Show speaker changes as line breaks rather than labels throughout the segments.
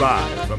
Live from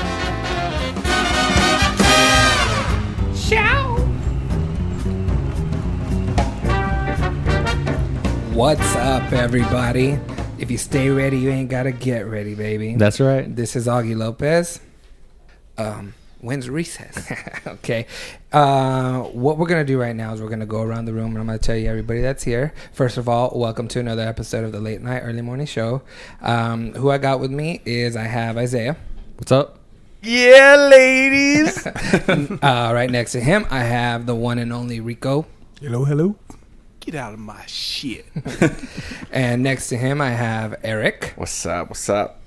What's up, everybody? If you stay ready, you ain't gotta get ready, baby.
That's right.
This is Augie Lopez. Um, when's recess? okay. Uh, what we're gonna do right now is we're gonna go around the room and I'm gonna tell you everybody that's here. First of all, welcome to another episode of the Late Night Early Morning Show. Um, who I got with me is I have Isaiah.
What's up?
Yeah, ladies.
Uh, right next to him, I have the one and only Rico.
Hello, hello.
Get out of my shit.
And next to him, I have Eric.
What's up? What's up?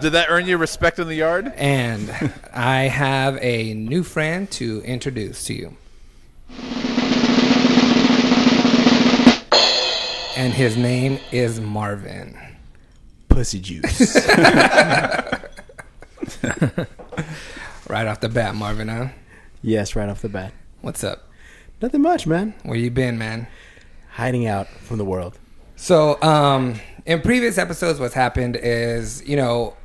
Did that earn you respect in the yard?
And I have a new friend to introduce to you. And his name is Marvin.
Pussy juice.
Right off the bat, Marvin, huh?
yes, right off the bat.
What's up?
Nothing much, man.
Where you been, man?
Hiding out from the world.
So, um, in previous episodes, what's happened is, you know,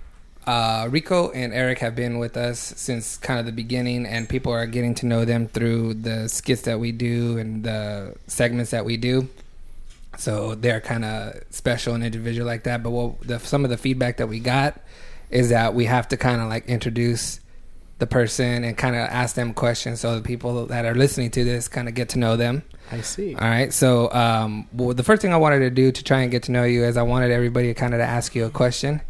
uh, Rico and Eric have been with us since kind of the beginning, and people are getting to know them through the skits that we do and the segments that we do. So they're kind of special and individual like that. But what the, some of the feedback that we got is that we have to kind of like introduce the person and kind of ask them questions so the people that are listening to this kind of get to know them.
I see.
All right. So, um, well, the first thing I wanted to do to try and get to know you is I wanted everybody to kind of to ask you a question,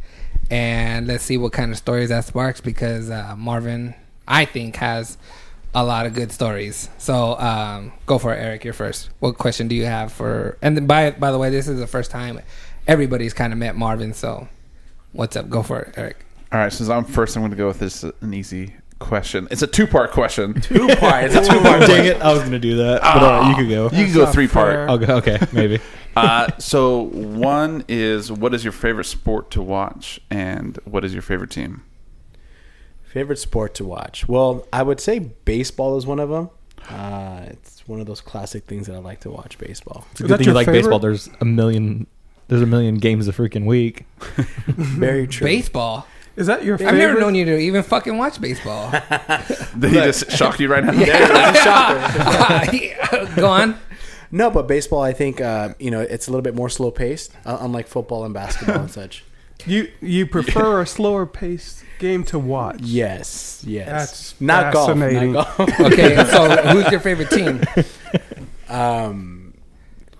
and let's see what kind of stories that sparks because uh, Marvin, I think, has a lot of good stories. So, um, go for it, Eric. You're first. What question do you have for? And then by by the way, this is the first time everybody's kind of met Marvin. So, what's up? Go for it, Eric.
All right, since I'm first, I'm going to go with this uh, an easy question. It's a two part question.
Two parts.
Two part.
Dang it! I was gonna do that, but uh, you could go.
You can go three part.
I'll go. Okay, maybe.
Uh, so one is what is your favorite sport to watch, and what is your favorite team?
Favorite sport to watch? Well, I would say baseball is one of them. Uh, it's one of those classic things that I like to watch. Baseball.
It's a good thing you like baseball. There's a million. There's a million games a freaking week.
Very true.
Baseball.
Is that your
I've
favorite?
never known you to even fucking watch baseball.
Did he just shock you right now?
Go on.
No, but baseball, I think uh, you know it's a little bit more slow paced, uh, unlike football and basketball and such.
You you prefer a slower paced game to watch.
Yes, yes.
That's
not golf.
fascinating.
Not golf.
Okay, so who's your favorite team?
um,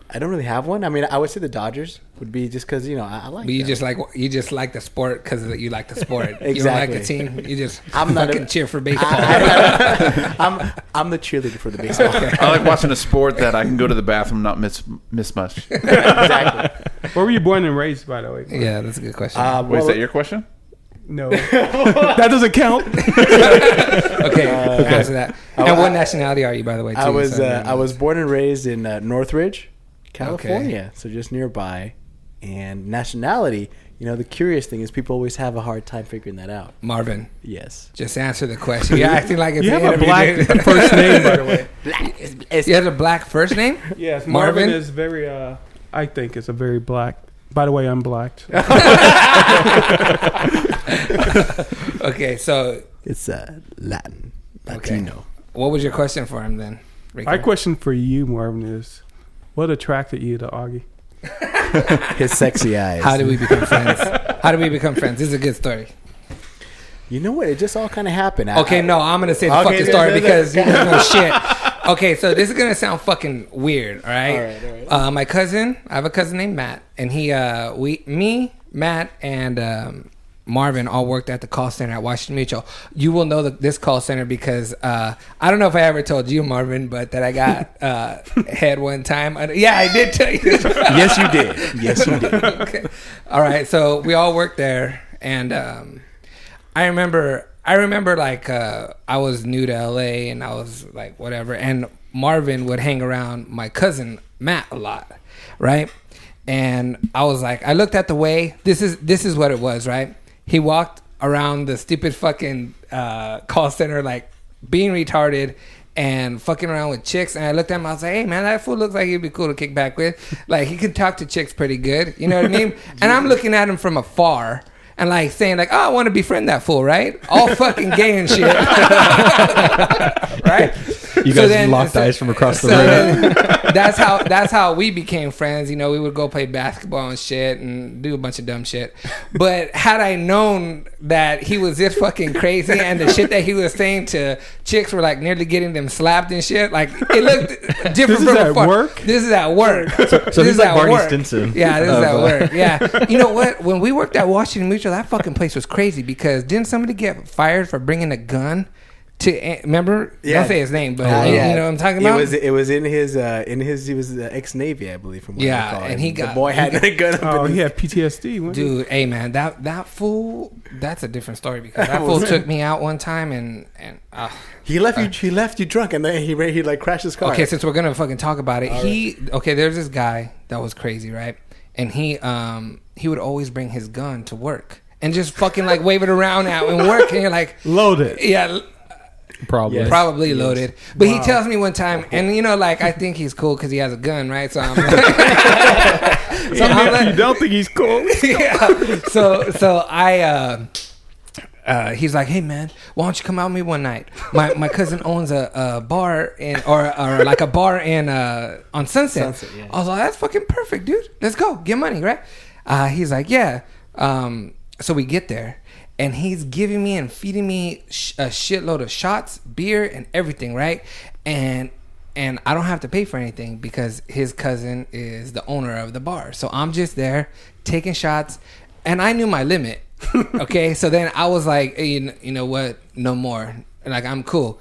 I don't really have one. I mean, I would say the Dodgers would be just because you know I, I like.
But you
them.
just like you just like the sport because you like the sport. You don't like
Exactly.
the team. You just
I'm not
fucking
a-
cheer for baseball.
I, am I'm the cheerleader for the baseball.
I like watching a sport that I can go to the bathroom not miss miss much. Wait,
exactly.
Where were you born and raised, by the way?
yeah, that's a good question.
Uh, well,
is that your question?
No, that doesn't count.
okay, answer that. and what nationality are you, by the way?
Uh, I
too,
was
so-
uh, I was born and raised in uh, Northridge, California, so just nearby. And nationality, you know, the curious thing is people always have a hard time figuring that out.
Marvin.
Yes,
Just answer the question. You're acting like it's
You
an
have a
interview,
black
dude.
first name, by the way.
you have a black first name.
Yes, Marvin,
Marvin?
is very. Uh, I think it's a very black. By the way, I'm black.
Okay, so
it's uh, Latin,
Okay.
Latino.
what was your question for him then? Rico?
My question for you, Marvin, is what attracted you to Augie?
His sexy eyes.
How do we become friends? How do we become friends? This is a good story.
you know what? It just all kind of happened. I-
Okay,
I-
no, I'm gonna say the
Okay,
fucking
no,
story
no, no.
because you don't know shit. Okay, so this is gonna sound fucking weird, all right?
All right, all right.
Uh, my cousin, I have a cousin named Matt, and he, uh, we, me, Matt, and um, Marvin all worked at the call center at Washington Mutual. You will know the, this call center because uh, I don't know if I ever told you, Marvin, but that I got uh, head one time. I- yeah, I did tell you.
yes, you did. Yes, you did.
okay. All right. So we all worked there, and um, I remember, I remember like uh, I was new to LA, and I was like whatever, and Marvin would hang around my cousin Matt a lot, right? And I was like, I looked at the way. This is this is what it was, right? He walked around the stupid fucking uh, call center like being retarded and fucking around with chicks. And I looked at him. I was like, "Hey, man, that fool looks like he'd be cool to kick back with. Like he can talk to chicks pretty good. You know what I mean?" And I'm looking at him from afar. And like saying like, oh, I want to befriend that fool, right? All fucking gay and shit, right?
You guys locked eyes from across the room.
then that's how that's how we became friends. You know, we would go play basketball and shit and do a bunch of dumb shit. But had I known that he was this fucking crazy and the shit that he was saying to chicks were like nearly getting them slapped and shit, like it looked different
This is
from
at
afar.
work?
This is at work.
So
this
he's
is
like
at
Barney
work.
Stinson.
Yeah, this is
of,
at
uh,
work. Yeah, you know what? When we worked at Washington Mutual, that fucking place was crazy because didn't somebody get fired for bringing a gun? To remember,
Yeah.
don't say his name, but
Uh,
Oh, you,
yeah.
you know what I'm talking about.
It was it was in his uh, in his he was uh, ex Navy, I believe, from what
Yeah,
I recall.
and he
the
got-
boy
he
had
got-
a gun up
Oh,
in
he
his-
had PTSD. wasn't he?
Dude, hey man, that that fool, that's a different story because that fool took me out one time and and uh,
He left you he left you drunk, and then he ra- he like crashed his car.
okay, since we're gonna fucking talk about it, he okay, there's this guy that was crazy, right? And he um he would always bring his gun to work and just fucking like wave it around out in work, and you're like,
Loaded.
yeah,
Probably.
Yes.
probably loaded. But he tells me one time, and you know, like I think he's cool because he has a gun, right? So I'm like, so I'm like-
You don't think he's cool?
yeah. So so I uh, uh, he's like, hey man, why don't you come out with me one night? My my cousin owns a, a bar in or or like a bar in uh on Sunset.
Sunset, yeah.
I was like, that's fucking perfect, dude. Let's go get money, right? Uh, he's like, yeah. Um, so we get there. And he's giving me and feeding me sh- a shitload of shots, beer, and everything, right? And and I don't have to pay for anything because his cousin is the owner of the bar. So I'm just there taking shots, and I knew my limit. okay, so then I was like, hey, you kn- you know what? No more. Like I'm cool.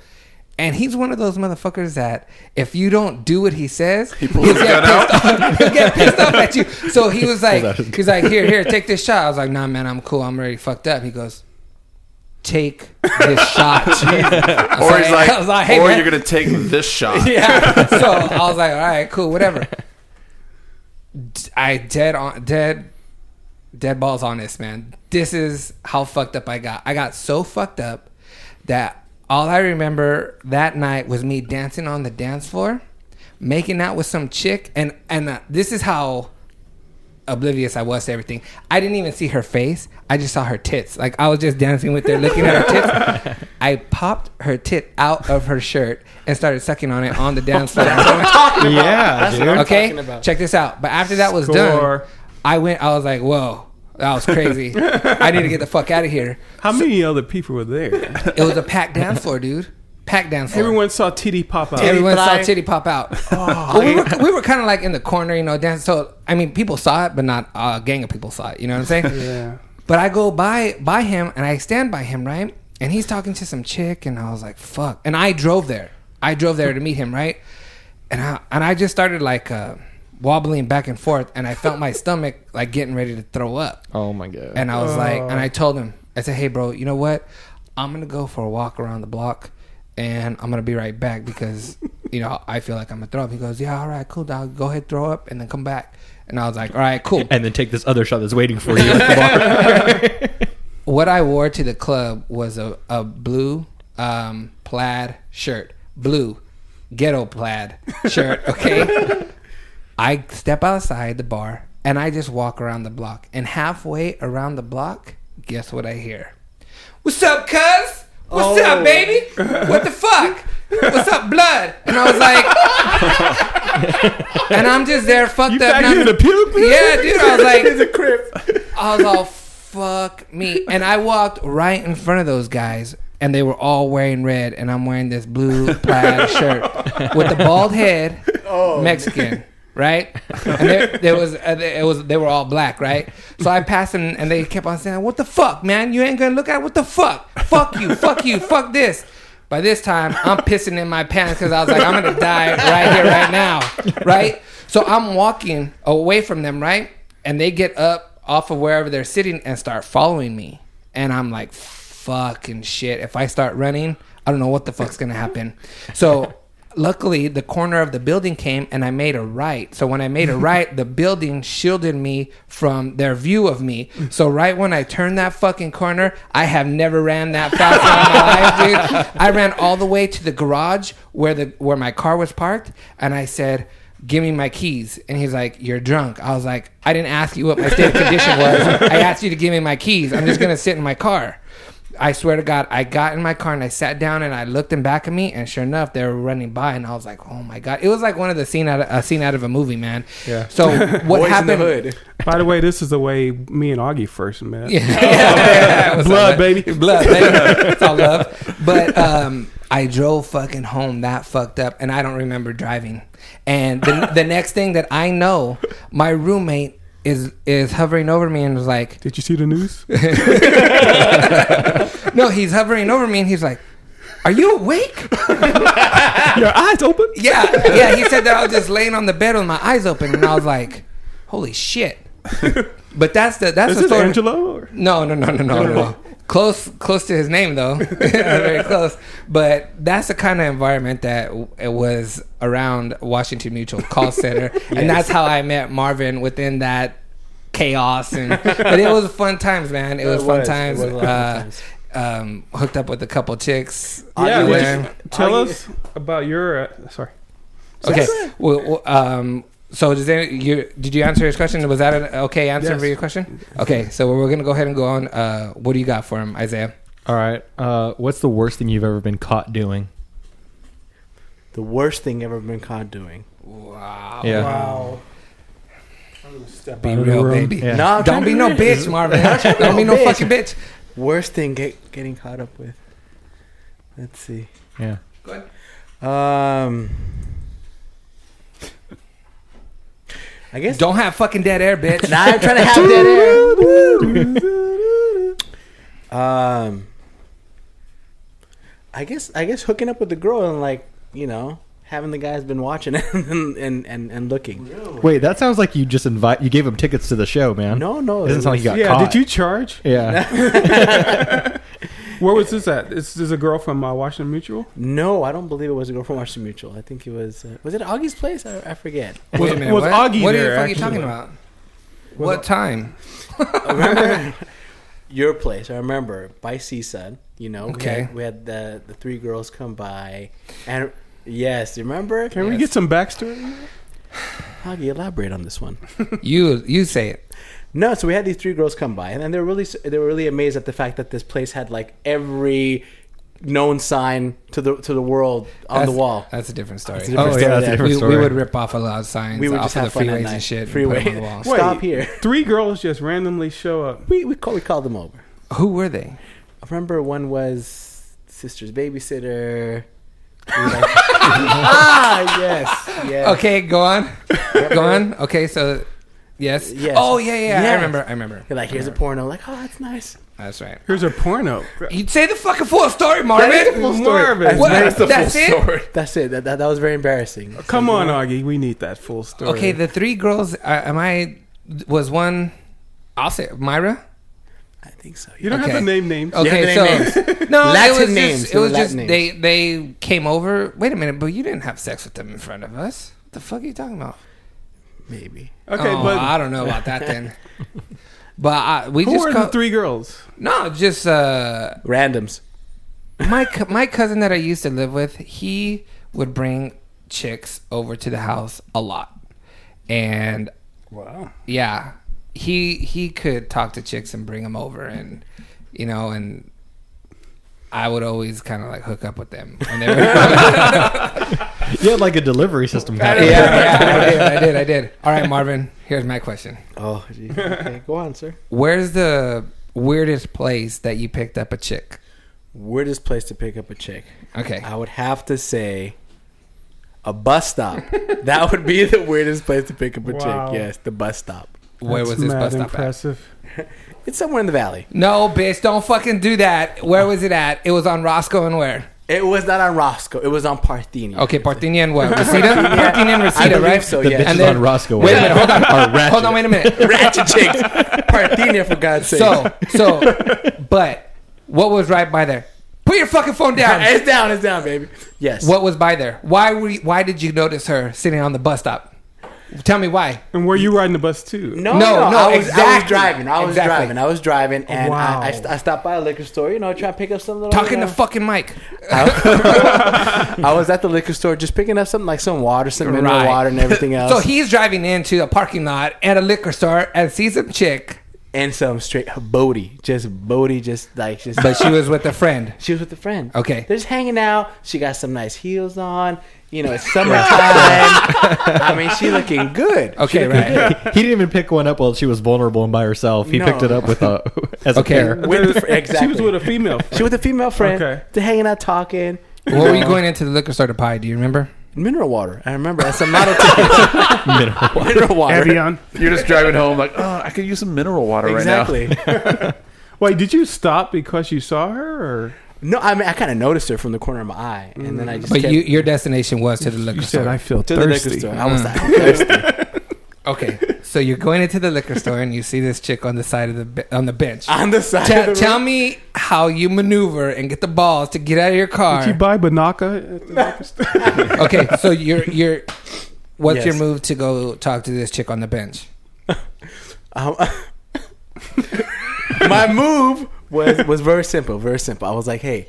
And he's one of those motherfuckers that if you don't do what he says, he
pulls his gun
out. he'll get pissed off at you. So he was like, he's like, here, here, take this shot. I was like, nah, man, I'm cool. I'm already fucked up. He goes, take this shot. I was
Or he's like,
I was "Hey,
or
man."
you're gonna take this shot.
yeah. So I was like, all right, cool, whatever. D- I dead on dead dead balls on this man. This is how fucked up I got. I got so fucked up that all I remember that night was me dancing on the dance floor, making out with some chick, and and uh, this is how oblivious I was to everything. I didn't even see her face. I just saw her tits. Like I was just dancing with her, looking at her tits. I popped her tit out of her shirt and started sucking on it on the dance floor.
Yeah, dude.
talking
okay,
about.
check this out. But after that was done,
Score.
I went. I was like, whoa. That was crazy. I need to get the fuck out of here.
How many other people were there?
It was a packed dance floor, dude. Packed dance floor.
Everyone saw TD pop out.
Everyone saw
fly.
titty pop out. But we were, we were kind of like in the corner, you know, dancing. So I mean, people saw it, but not a gang of people saw it. You know what I'm saying?
Yeah.
But I go by by him and I stand by him, right? And he's talking to some chick, and I was like, "Fuck!" And I drove there. I drove there to meet him, right? And I and I just started like uh, wobbling back and forth, and I felt my stomach like getting ready to throw up.
Oh my god.
And I was like, and I told him, I said, "Hey, bro, you know what? I'm gonna go for a walk around the block, and I'm gonna be right back because you know I feel like I'm gonna throw up." He goes, "Yeah, all right, cool, dog. Go ahead, throw up, and then come back." And I was like, "All right, cool."
and then take this other shot that's waiting for you at the bar.
what I wore to the club was a, a blue um, plaid shirt. Blue ghetto plaid shirt, okay? I step outside the bar and I just walk around the block. And halfway around the block, guess what I hear? What's up, cuz? What's
Oh.
up, baby? What the fuck? What's up, blood? And I was like, and I'm just there fucked
You
up.
back
and I'm-
here to puke?
yeah, dude. I was like,
It's a crib.
I was all fuck me, and I walked right in front of those guys, and they were all wearing red, and I'm wearing this blue plaid shirt with the bald head, Mexican, right? And there, there was uh, there- it was they were all black, right? So I passed them, and they kept on saying, "What the fuck, man? You ain't gonna look at it? what the fuck? Fuck you, fuck you, fuck this." By this time, I'm pissing in my pants because I was like, I'm gonna die right here, right now, right? So I'm walking away from them, right? And they get up off of wherever they're sitting and start following me, and I'm like, fucking shit! If I start running, I don't know what the fuck's gonna happen. So luckily the corner of the building came and I made a right. So when I made a right, the building shielded me from their view of me. So right when I turned that fucking corner, I have never ran that fast in my life, dude. I ran all the way to the garage where the where my car was parked and I said Give me my keys. And he's like, You're drunk. I was like, I didn't ask you what my state of condition was. I asked you to give me my keys. I'm just going to sit in my car. I swear to God, I got in my car and I sat down and I looked them back at me, and sure enough, they were running by, and I was like, "Oh my God!" It was like one of the scene out of, a scene out of a movie, man.
Yeah.
So what happened?
By the way, this is the way me and Augie first met.
Yeah. Yeah. What's
Blood,
up, man?
baby.
Blood, baby. It's all love. But um, I drove fucking home that fucked up, and I don't remember driving. And the, the next thing that I know, my roommate is is hovering over me and was like,
Did you see the news?
"No, he's hovering over me," and he's like, "Are you awake?"
Your eyes open.
Yeah, yeah. He said that I was just laying on the bed with my eyes open, and I was like, "Holy shit!" But that's the that's
Is
the
this
story.
Angelo? Or?
No, no, no, no, no, no. Close, close to his name though, very close. But that's the kind of environment that w- it was around Washington Mutual Call Center, and that's how I met Marvin within that chaos. And but it was fun times, man. It, was, fun
was. It
times.
was a lot of
uh,
times.
Um, hooked up with a couple chicks.
Yeah,
Augie
would
there.
you tell
Augie-
us about your. Uh, sorry.
Okay. Well, well, um, so does any, you, did you answer his question? Was that an okay answer
Yes.
for your question? Okay. So we're gonna go ahead and go on. Uh, what do you got for him, Isaiah?
All right. Uh, what's the worst thing you've ever been caught doing?
The worst thing ever been caught doing.
Oh, Wow.
Yeah.
Wow. I'm gonna step
Be
out of the
real,
room.
baby.
Yeah.
No, I'm
Don't
trying
be
to
no
read.
bitch, Marvin. Don't be no
Bitch.
fucking bitch.
Worst thing get, getting caught up with. Let's see.
Yeah.
Um, I guess.
Don't have fucking dead air, bitch.
Nah, I'm trying to have that air. um, I guess I guess hooking up with the girl and like you know having the guys been watching and and and, and looking.
Wait, that sounds like you just invite. You gave him tickets to the show, man.
No, no,
It doesn't sound like you got
yeah.
caught.
Did you charge?
Yeah.
Where was this at? This is a girl from uh, Washington Mutual.
No, I don't believe it was a girl from Washington Mutual. I think it was. Uh, was it Augie's place? I, I forget.
Wait a
Was-
minute.
was
what
Augie
what
there,
the fuck are you talking
actually?
about? What time?
remember your place. I remember by Seaside. You know,
Okay.
we had, we had the the three girls come by, and yes, you remember?
Can we
Yes.
get some backstory?
How do you elaborate on this one?
You you say it.
No, so we had these three girls come by, and, and they were really they were really amazed at the fact that this place had like every known sign to the to the world on
That's-
the wall.
That's a different story.
It's a different
Oh, yeah,
story
that's a
there.
different
we,
story.
we would rip off a lot of signs
We would
off
just
of
have
the
fun at
freeways
night.
and shit. And put 'em on the
Freeway.
wall.
Stop
Wait.
here.
Three girls just randomly show up.
We we call, we called them over.
Who were they?
I remember one was sister's babysitter. We were like- ah yes yes.
Okay, go on. go on. Okay, so yes.
Yes.
Oh yeah, yeah, I
Yeah.
remember. I remember.
You're like, here's a porno. Like, oh, that's nice.
That's right.
Here's a porno.
You say the fucking full story, Marvin.
is the full story. Marvin.
What?
That's the
That's
full
it?
story.
That's it. That, that, that was very embarrassing.
Come on, Augie. We need that full story.
Okay, the three girls. Uh, am I? Was one? I'll say Myra.
I think so.
you don't have
okay.
to name names.
Okay,
have
so no,
Latin
it was
names,
Just, it was
Latin
just
names.
they they came over. Wait a minute, but you didn't have sex with them in front of us. What the fuck are you talking about?
Maybe.
Okay,
Oh,
but
I don't know about that then. but I, we
who
just
are
co-
the three girls?
no, just uh,
Randoms.
my cou- my cousin that I used to live with, he would bring chicks over to the house a lot, and
Wow.
yeah, he he could talk to chicks and bring them over, and you know, and I would always kind of like hook up with them. When they were-
you had like a delivery system.
yeah,
Kind of.
yeah, I did, I did, I did. All right, Marvin, here's my question:
Oh, geez. okay. Go on, sir.
Where's the weirdest place that you picked up a chick?
Weirdest place to pick up a chick.
Okay,
I would have to say a bus stop. that would be the weirdest place to pick up a
Wow.
chick. Yes, the bus stop.
where was this bus stop at?
impressive.
It's somewhere in the valley.
No, bitch, don't fucking do that. Where was it at? It was on Roscoe and where?
It was not on Roscoe. It was on Parthenia.
Okay, Parthenia and what? Reseda? Parthenia and
I
Reseda,
believe
right?
so,
The
yes.
bitches
And then-
on Roscoe.
Wait a minute, hold on.
Are ratchet.
Hold on, wait a minute.
Ratchet chicks. Parthenia, for God's sake.
So, so, but what was right by there? Pussy. Put your fucking phone down.
it's down. It's down, baby. Yes.
what was by there? Why were you, why did you notice her sitting on the bus stop? Tell me why.
And were you riding the bus too?
No,
No, no,
no,
I, was, I was
exactly.
driving. I was
Exactly.
driving. I was driving, and
Wow.
I, I, st- I stopped by a liquor store. You know, trying to pick up something.
Talking to fucking Mike.
I, I was at the liquor store just picking up something like some water, some mineral
Right.
water, and everything else,
So he's driving into a parking lot at a liquor store and sees some chick,
and some straight Bodie, just Bodie, just like just.
but she was with a friend.
she was with a friend.
Okay.
They're just hanging out. She got some nice heels on. You know, it's summertime. I mean, she looking good.
Okay, right.
he didn't even pick one up while she was vulnerable and by herself. He
No.
picked it up with a as
Okay.
a pair.
With-
She
exactly.
was with a female.
She with a female friend.
Okay.
They're hanging out, talking.
What were you going into the liquor store to buy? Do you remember?
Mineral water. I remember. That's some model tickets.
Mineral water.
mineral water.
Evian.
You're just driving home like, oh, I could use some mineral water right
Exactly.
Wait, did you stop because you saw her, or
no, I mean I kind of noticed her from the corner of my eye, and then I just.
But
kept
you, your destination was to the liquor
you
store.
said I feel
to the liquor
thirsty?
store. I was
Mm.
like, thirsty.
okay, so you're going into the liquor store and you see this chick on the side of the be- on the bench.
on the side.
Tell-
of the
tell
road.
me how you maneuver and get the balls to get out of your
Did you
car.
buy Banaka? At the liquor store?
okay, so you're you're. What's
Yes.
your move to go talk to this chick on the bench?
Um, my move was was very simple. Very simple. I was like, hey.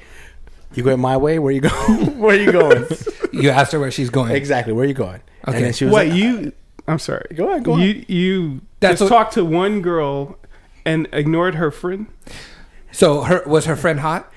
You going my way? Where you going? where you going?
You asked her where she's going.
exactly. Where you going?
Okay.
And then she was
Wait,
like,
you? I'm sorry.
Go on, go on.
You you
That's
just
what-
talked to one girl and ignored her friend.
So her was her friend hot?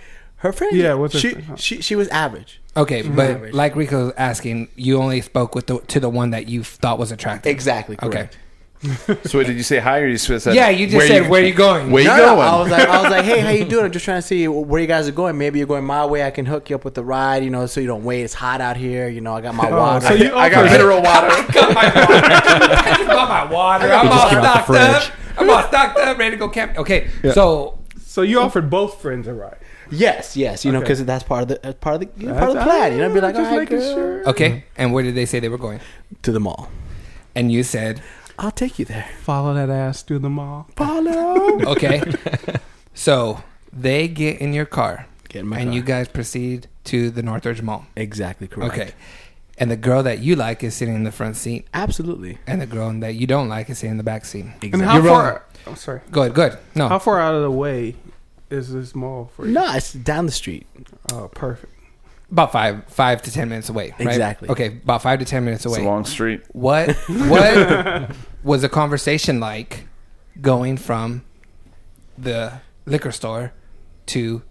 her friend.
Yeah, what's her
she,
friend?
she she was average.
Okay, but
average.
like Rico was asking, you only spoke with the, to the one that you thought was attractive.
Exactly.
Okay.
Correct.
now. So, wait, did you say hi or you just said,
Yeah, you just said, "Where you going?"
Where you
No, no,
going?
I was like, I was like, hey, how you doing? I'm just trying to see where you guys are going. Maybe you're going my way. I can hook you up with the ride, you know, so you don't wait. It's hot out here. You know, I got my water.
Oh, so you
I got
offered-
mineral water.
Got my water. I just bought my water. I'm all stocked up. I'm all stocked up, ready to go camp. Okay, so
So you offered both friends a ride.
yes, yes, you know, 'cause know, because that's part of the that's part of the you know, part of the plan. You know, be like,
just
all right,
making
girl.
sure.
okay, and where did they say they were going?
to the mall.
And you said,
I'll take you there,
Follow that ass through the mall.
Paulo.
okay. so they get in your car,
Get in my
and
car.
you guys proceed to the Northridge Mall.
exactly correct.
Okay, and the girl that you like is sitting in the front seat,
absolutely.
and the girl that you don't like is sitting in the back seat.
And
Exactly.
how
You're wrong.
far? I'm sorry.
Go ahead, good. No,
How far out of the way is this mall for you?
no, it's down the street.
Oh, perfect.
about five five to ten minutes away. Right?
Exactly.
Okay, about five to ten minutes
It's
away.
a long street.
what what was the conversation like going from the liquor store to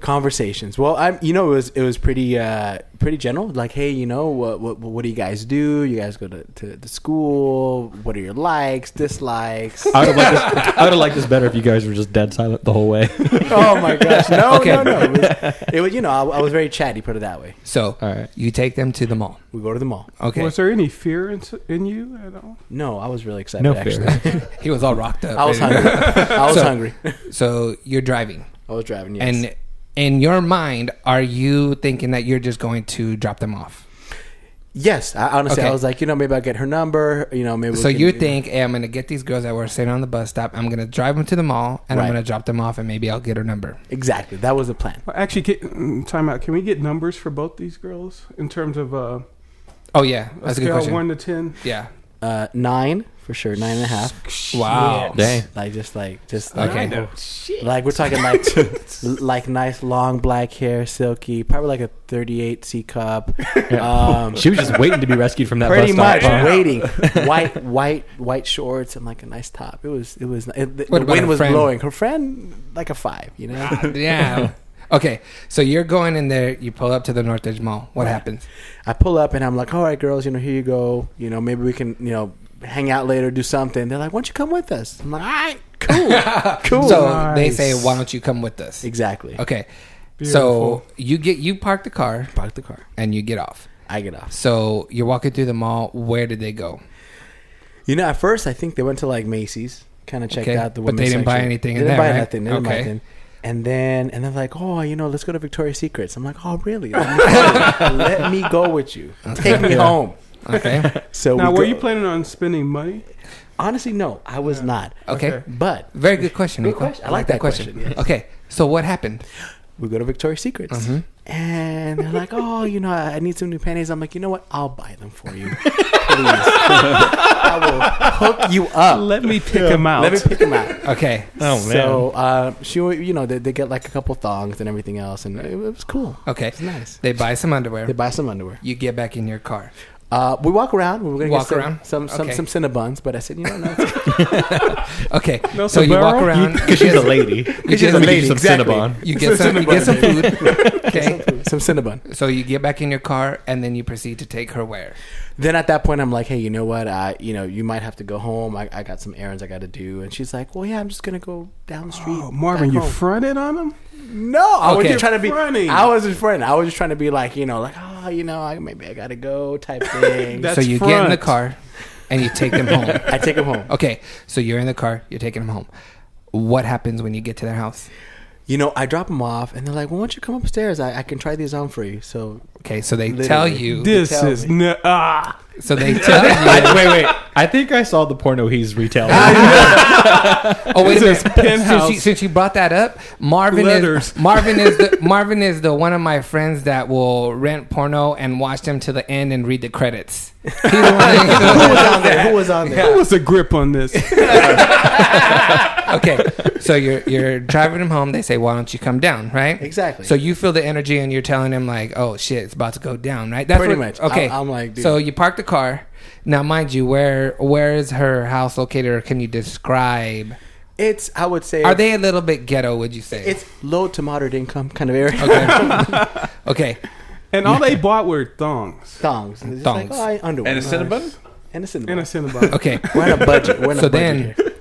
conversations. Well, I'm you know it was it was pretty uh pretty general. Like, hey, you know what what what do you guys do? You guys go to to the school. What are your likes, dislikes?
I would have liked this. I would have liked this better if you guys were just dead silent the whole way.
oh my gosh! No,
Okay.
no, no. It was, it was you know I, I was very chatty. Put it that way.
so
All right.
you take them to the mall
We go to the mall.
okay
Was there any fear in, in you at all?
No, I was really excited.
No
actually.
fear.
he was all rocked up
I was hungry. I was
So-
hungry.
so you're driving
I was driving. Yes.
and in your mind are you thinking that you're just going to drop them off
yes, I, honestly,
Okay.
I was like, you know, maybe I'll get her number. You know, maybe. we
so
can-
you think hey, i'm going to get these girls that were sitting on the bus stop i'm going to drive them to the mall and i'm
Right.
going to drop them off and maybe i'll get her number
exactly that was the plan.
Well, actually, get, mm, time out. Can we get numbers for both these girls in terms of uh,
oh yeah
a
that's a good
scale
question
one to ten?
yeah
Uh, nine for sure, nine and a half.
wow
Dang.
Like just like just like,
okay
Like we're talking like like nice long black hair, silky, probably like a 38 C cup. Um,
She was just waiting to be rescued from that
pretty
bus
much
stop. huh?
waiting. White white white shorts and like a nice top. It was it was it, the,
What
the
about
wind
her
was
friend?
blowing. Her friend like a 5, you know.
Yeah. okay. So you're going in there. You pull up to the North Edge Mall. What happens?
I pull up and I'm like, "All right, girls, you know, here you go. You know, maybe we can, you know, hang out later, do something." They're like, "Why don't you come with us?" I'm like, "All right, cool." cool.
So they
Nice.
say, "Why don't you come with us?"
exactly.
Okay. So
Beautiful.
you get you park the car
Park the car.
and you get off.
I get off.
So you're walking through the mall. Where did they go?
You know, at first I think they went to like Macy's, kind of checked
Okay,
out the
but
women's
they didn't buy
section.
anything
They
in there,
didn't buy
right?
nothing. They didn't buy
Okay.
nothing. And then and then like, oh, you know, let's go to Victoria's Secrets. I'm like, oh, really? Let me go, Let me go with you.
Uh,
Take me home.
Okay.
So Uh,
Now,
we
were
go-
you planning on spending money?
Honestly, no, I was not.
Okay.
But
Very good question.
Good
Rico.
question. I like that question, yes.
Okay. So what happened?
we go to Victoria's Secrets.
Mm-hmm.
And they're like, oh, you know, I I need some new panties. I'm like, you know what? I'll buy them for you. Please. I will hook you up.
Let me pick him out.
Let me pick them out.
Okay.
oh man.
So uh, she, wa- you know, they, they get like a couple thongs and everything else, and it, it was cool.
Okay.
It's nice.
They buy some underwear.
They buy some underwear.
you get back in your car.
Uh, we walk around. We were gonna
Walk
get some,
around?
some some
Okay.
some Cinnabons, but I said, you know, no,
Okay.
No
so you walk
sombrero?
around.
because she's a lady.
You
she's
get,
a
Let me get
lady,
you some
exactly.
Cinnabon.
you get some. You get some food. Okay.
it's some Cinnabon.
So you get back in your car and then you proceed to take her where?
Then at that point, I'm like, hey, you know what? I, you know, you might have to go home. I, I got some errands I got to do, and she's like, well, yeah, I'm just gonna go down the street.
Oh, Marvin,
back
you
home.
fronted on him?
No, I was
Okay.
just trying to be.
Fronting.
I was just fronting. I was just trying to be like, you know, like, oh, you know, I, maybe I gotta go type thing.
That's
so you get in the
front.
car and you take them home.
I take him home.
Okay. So you're in the car. You're taking them home. What happens when you get to their house?
You know, I drop him off, and they're like, well, why don't you come upstairs? I, I can try these on for you. So
Okay. So they tell
Literally.
you.
This
tell
is
me.
n- ah.
So they tell you.
wait, wait. I think I saw the porno he's retelling.
Oh wait a minute!
This is
Since
penthouse.
you, since you brought that up, Marvin
Letters.
is Marvin is the Marvin is the one of my friends that will rent porno and watch them to the end and read the credits. He's the one
who was
that-
on there? Who was on there?
Who was the grip on this?
okay, so you're you're driving him home. They say, "Why don't you come down?" Right?
Exactly.
So you feel the energy and you're telling him like, "Oh shit, it's about to go down." Right? That's
Pretty
what-
much.
Okay.
I- I'm like, dude.
so you park the car. Now, mind you, where where is her house located, or can you describe?
It's I would say
Are they a little bit ghetto? Would you say?
It's low to moderate income kind of area.
okay. okay.
And all they bought were thongs
Thongs. It's just
Thongs.
Like, oh, I- underwear.
And a Cinnabon?
And a Cinnabon.
and a Cinnabon.
Okay.
We're in a budget. We're in
So
a budget
then-
here.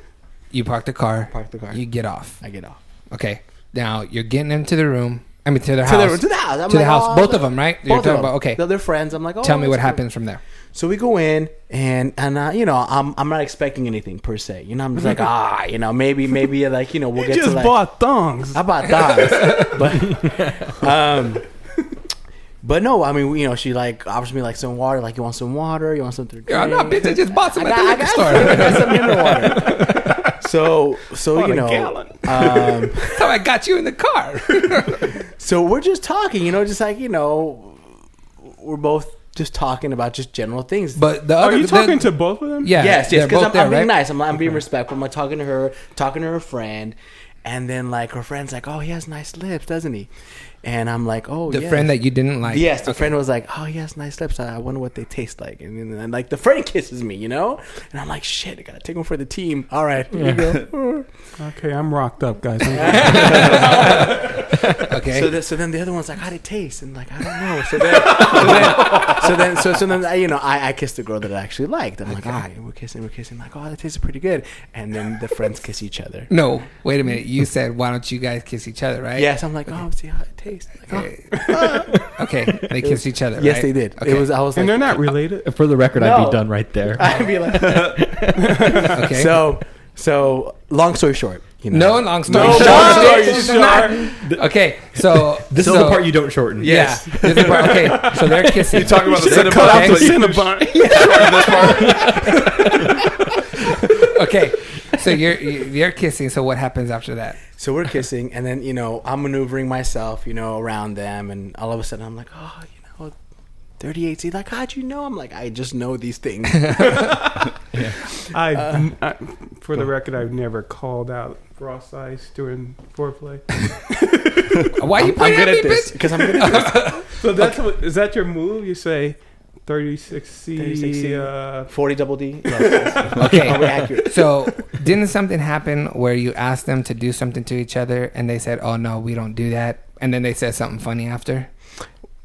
You park the car.
Park the car.
You get off.
I get off.
Okay. Now you're getting into the room. I mean, to their
To
house.
the, to the house. I'm
To the
like,
house.
oh,
both of them, right?
Both of them.
about. Okay.
They're, they're friends. I'm like, oh.
Tell me
that's
what
cool.
happens from there.
So we go in, and and uh, you know, I'm I'm not expecting anything per se. You know, I'm just like, ah, you know, maybe maybe like you know we'll
You
get
just
to like
bought thongs.
How about that? but um, but no, I mean, you know, she like offers me like some water. Like, you want some water? You want something? to
Yeah, no,
drink?"
bitch, I just bought some
Mm. I
at
got,
the
I
liquor store.
got some- I got some mineral water. So so
Bought
you
a
know,
gallon.
um,
So I got you in the car.
so we're just talking. You know, just like you know, we're both just talking about just general things.
But the
Are
other
you talking
the,
to both of them?
Yeah.
Yes, yes,
they're
because
both
I'm,
there,
I'm being
right?
nice. I'm, I'm being respectful. I'm like, talking to her, talking to her friend, and then like her friend's like, "Oh, he has nice lips, doesn't he?" And I'm like, "Oh,
The
yes.
friend that you didn't like.
Yes, the friend was like, "Oh, he has nice lips. I I wonder what they taste like." And then and, like the friend kisses me, you know, and I'm like, "Shit, I gotta take him for the team." All right, here you go.
Okay, I'm rocked up, guys. I'm-
Okay.
So, then, so then the other one's like, "How'd it taste?" And like, I don't know. So then, so then, so then, so, so then I, you know, I, I kissed the girl that I actually liked. I'm like, "All right, we're kissing, we're kissing." Like, "Oh, that tastes pretty good." And then the friends kiss each other.
no, wait a minute. You said, why don't you guys kiss each other, right?
Yes, I'm like, "Oh, see how it tastes." Like, "Oh."
Okay. They kissed each other.
Yes,
right?
they did.
Okay.
It was. uh, I was like,
and they're not related.
For the record, I'd
No.
be done right there.
I'd be like,
Okay.
so, so. Long story short, you know.
no, long story
No,
short.
long story
This is not- Okay. So
This is
so-
the part you don't shorten.
Yeah. This is the part- okay. So they're kissing. You
Talking about the Cinnabon.
Cut out the
It's like,
Cinnabon.
okay, so you're you're kissing. So what happens after that?
So we're kissing, and then you know I'm maneuvering myself, you know, around them, and all of a sudden I'm like, oh, you know, 38. See, like, how'd you know? I'm like, I just know these things.
I, I, for the record, I've never called out raw size during foreplay.
Why you
I'm
pointing
good
at me,
at this
bitch?
because I'm good at this.
So that's what, is that your move? You say 36C.
36C.
Uh,
40 double D. Yes, yes, yes. Are we
Okay.
accurate?
So didn't something happen where you asked them to do something to each other and they said, "Oh no, we don't do that," and then they said something funny after?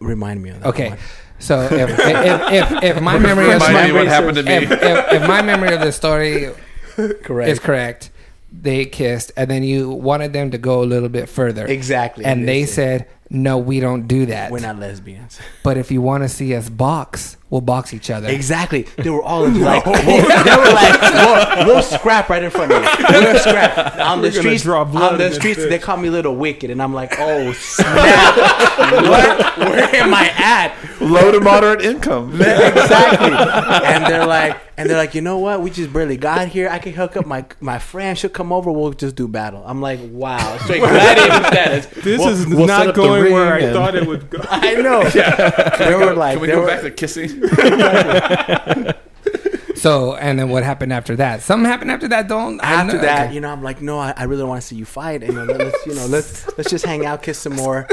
Remind me of that.
Okay.
one.
So if if, if, if, if my memory of
Remind me
my,
what happened to
if,
me.
if, if my memory of the story
correct.
is correct, they kissed and then you wanted them to go a little bit further.
Exactly.
and they
said,
said, no, we don't do that.
We're not lesbians.
But if you want to see us box, we'll box each other.
Exactly. They were all in like, they were like, we'll, we'll scrap right in front of you. We'll scrap on the
We're gonna
streets.
draw blood
on
in
the
this
streets,
bitch.
they call me Little Wicked, and I'm like, oh snap, where, where am I at?
Low to moderate income.
exactly. And they're like, and they're like, you know what? We just barely got here. I can hook up my my friend. She'll come over. We'll just do battle. I'm like, wow, straight gladiator status.
This
Well,
is
we'll set
not
up the
going where I
ring and-
thought it would go.
I know. They were like,
Can we
they
go
were-
back to kissing?
So, and then what happened after that? Something happened after that. Don't I
after
know-
that,
okay.
you know, I'm like, no, I, I really want to see you fight, and then let's, you know, let's let's just hang out, kiss some more,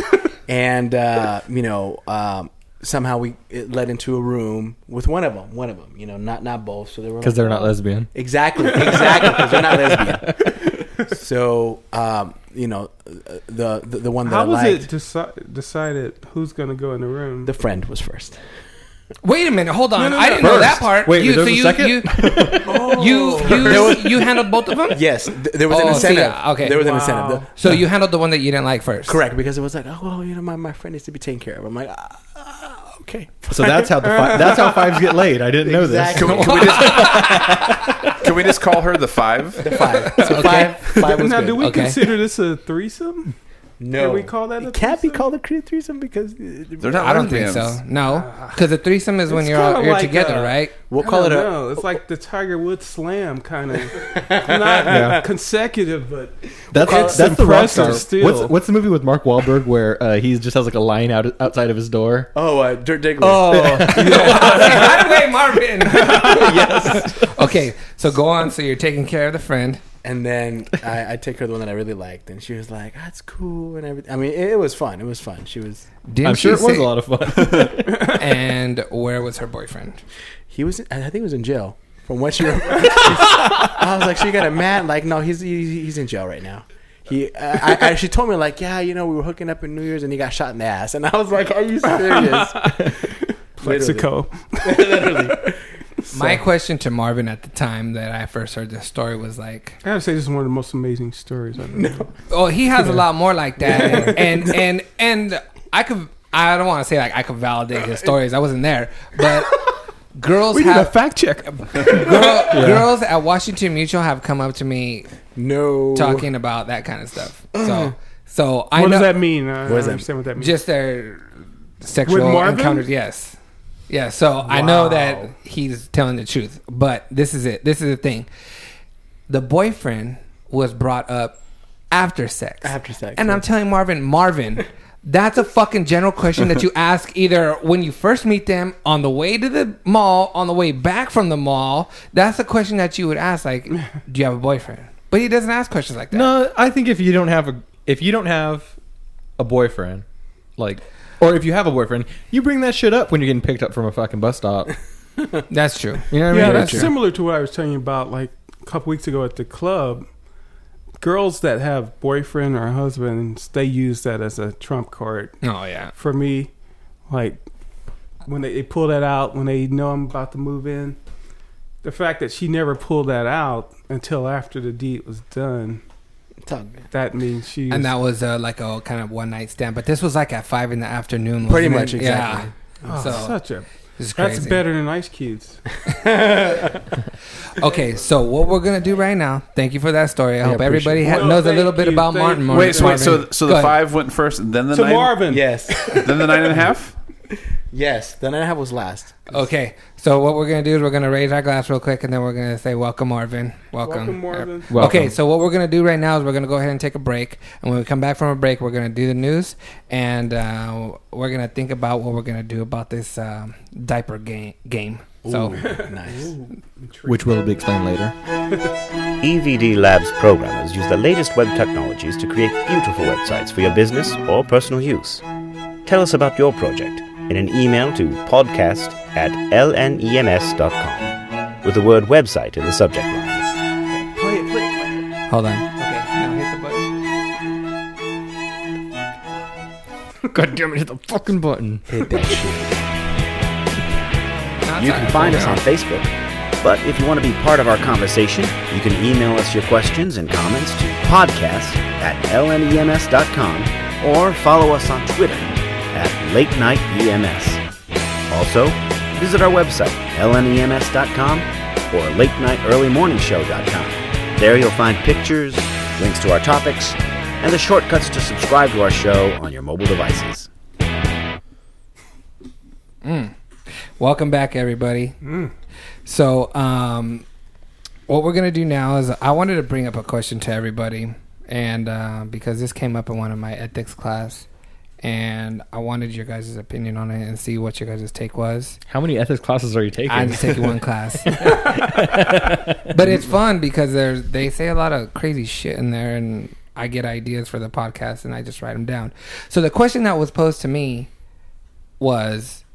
and uh, you know, um, somehow we it led into a room with one of them, one of them, you know, not not both, so they were
because
like,
they're not lesbian.
Exactly, exactly, because they're not lesbian. So, um, you know, uh, the the, the one that I
How was
liked,
it deci- decided who's gonna go in the room?
the friend was first.
Wait a minute. Hold on.
No, no,
I
no.
didn't know that
First.
part.
Wait,
you,
there's a
you,
second?
you, you, you, you handled both of them.
Yes, th- there was an
Oh, see,
incentive.
yeah, okay.
there was an
Wow.
incentive. The-
So you handled the one that you didn't like first.
correct, because it was like, oh well, you know, my, my friend needs to be taken care of. I'm like, ah, ah, okay.
So that's how the fi- that's how fives get laid. I didn't know this.
Exactly.
Can we, just, can we just call her the five?
five. So five, five was
now,
good.
do we
Okay.
consider this a threesome?
no,
Can we call that a
it can't be
threesome?
called a cre- threesome because
They're not
I don't think
lesbians.
so. No, because the threesome is when
It's
you're all,
kinda
you're
like,
together,
uh,
right?
we'll
I
call it
don't
a.
know. It's like the Tiger Woods slam kind of, not
Yeah.
consecutive, but
That's
It's
that's the rock
impressive
star.
still.
What's what's the movie with Mark Wahlberg where uh, he just has like a line out outside of his door?
Oh, uh, Dirt Diggler.
By the way, Marvin. Okay, so go on. So you're taking care of the friend.
And then I, I take her the one that I really liked, and she was like, "That's cool," and everything. I mean, it, it was fun. It was fun. She was.
Didn't
I'm sure it
she
was
say-
a lot of fun.
And where was her boyfriend?
He was. I think he was in jail. From what she. I was like, "She got a man." Like, no, he's he, he's in jail right now. He. I, I, I, she told me like, "Yeah, you know, we were hooking up in New Year's, and he got shot in the ass." And I was like, "Are you serious?"
Mexico.
My question to Marvin at the time that I first heard this story was like,
I gotta say, this is one of the most amazing stories I've ever heard.
"Oh, he has a lot more like that," and and and I could. I don't want to say like I could validate his stories. I wasn't there, but girls
we need a
have
fact check.
girl, girls at Washington Mutual have come up to me
No.
talking about that kind of stuff. So so I
What
know
does that mean? I
does
don't
that-
understand what that means.
just their sexual
With Marvin?
encounters. Yes, yeah. So I know that he's telling the truth, but this is it. This is the thing. The boyfriend was brought up after sex.
After sex,
and I'm telling Marvin, Marvin. That's a fucking general question that you ask either when you first meet them, on the way to the mall, on the way back from the mall. That's a question that you would ask, like, "Do you have a boyfriend?" But he doesn't ask questions like that.
No, I think if you don't have a if you don't have a boyfriend, like, or if you have a boyfriend, you bring that shit up when you're getting picked up from a fucking bus stop.
that's true.
You know what I
yeah,
mean?
that's similar to what I was telling you about like a couple weeks ago at the club. Girls that have boyfriend or husbands, they use that as a trump card
Oh yeah.
for me. Like when they, they pull that out, when they know I'm about to move in, the fact that she never pulled that out until after the deed was done,
Talk.
that means she.
And that was uh, like a kind of one night stand, but this was like at five in the afternoon. wasn't
Pretty
it?
much, exactly.
Yeah.
was,
so
oh, such a.
this is crazy.
That's better than Ice Cubes.
Okay, so what we're gonna do right now? Thank you for that story. I hope everybody ha-
Well,
knows a
thank
little bit
you,
about
thank
Martin.
you.
Martin
Wait, so wait, so
Marvin.
so
Go
the
ahead.
five went first, and then the
To
nine,
Marvin,
Yes.
then the nine and a half.
yes. The nine and a half was last.
Okay, so what we're gonna do is we're gonna raise our glass real quick, and then we're gonna say, "Welcome, Marvin. Welcome,
Welcome, Marvin.
Welcome.
Okay, so what we're gonna do right now is we're gonna go ahead and take a break, and when we come back from a break, we're gonna do the news, and uh, we're gonna think about what we're gonna do about this um, diaper game. Game. So.
Nice.
Which will be explained later.
EVD E Labs programmers use the latest web technologies to create beautiful websites for your business or personal use. Tell us about your project in an email to podcast at E lnems.com with the word website in the subject line.
Hold on. Okay, now hit the button.
God damn it! Hit the fucking button.
Hit that shit.
You can find us on Facebook, but if you want to be part of our conversation, you E can email us your questions and comments to podcast at lnems.com or follow us on Twitter at Late Night EMS. Also, visit our website, E lnems.com or latenightearlymorningshow.com. There you'll find pictures, links to our topics, and the shortcuts to subscribe to our show on your mobile devices.
Welcome back, everybody. So, um, what we're gonna do now is I wanted to bring up a question to everybody, and uh, because this came up in one of my ethics class, and I wanted your guys' opinion on it and see what your guys' take was.
How many ethics classes are you taking?
I'm just taking one class, but it's fun because there's they say a lot of crazy shit in there, and I get ideas for the podcast, and I just write them down. So the question that was posed to me was,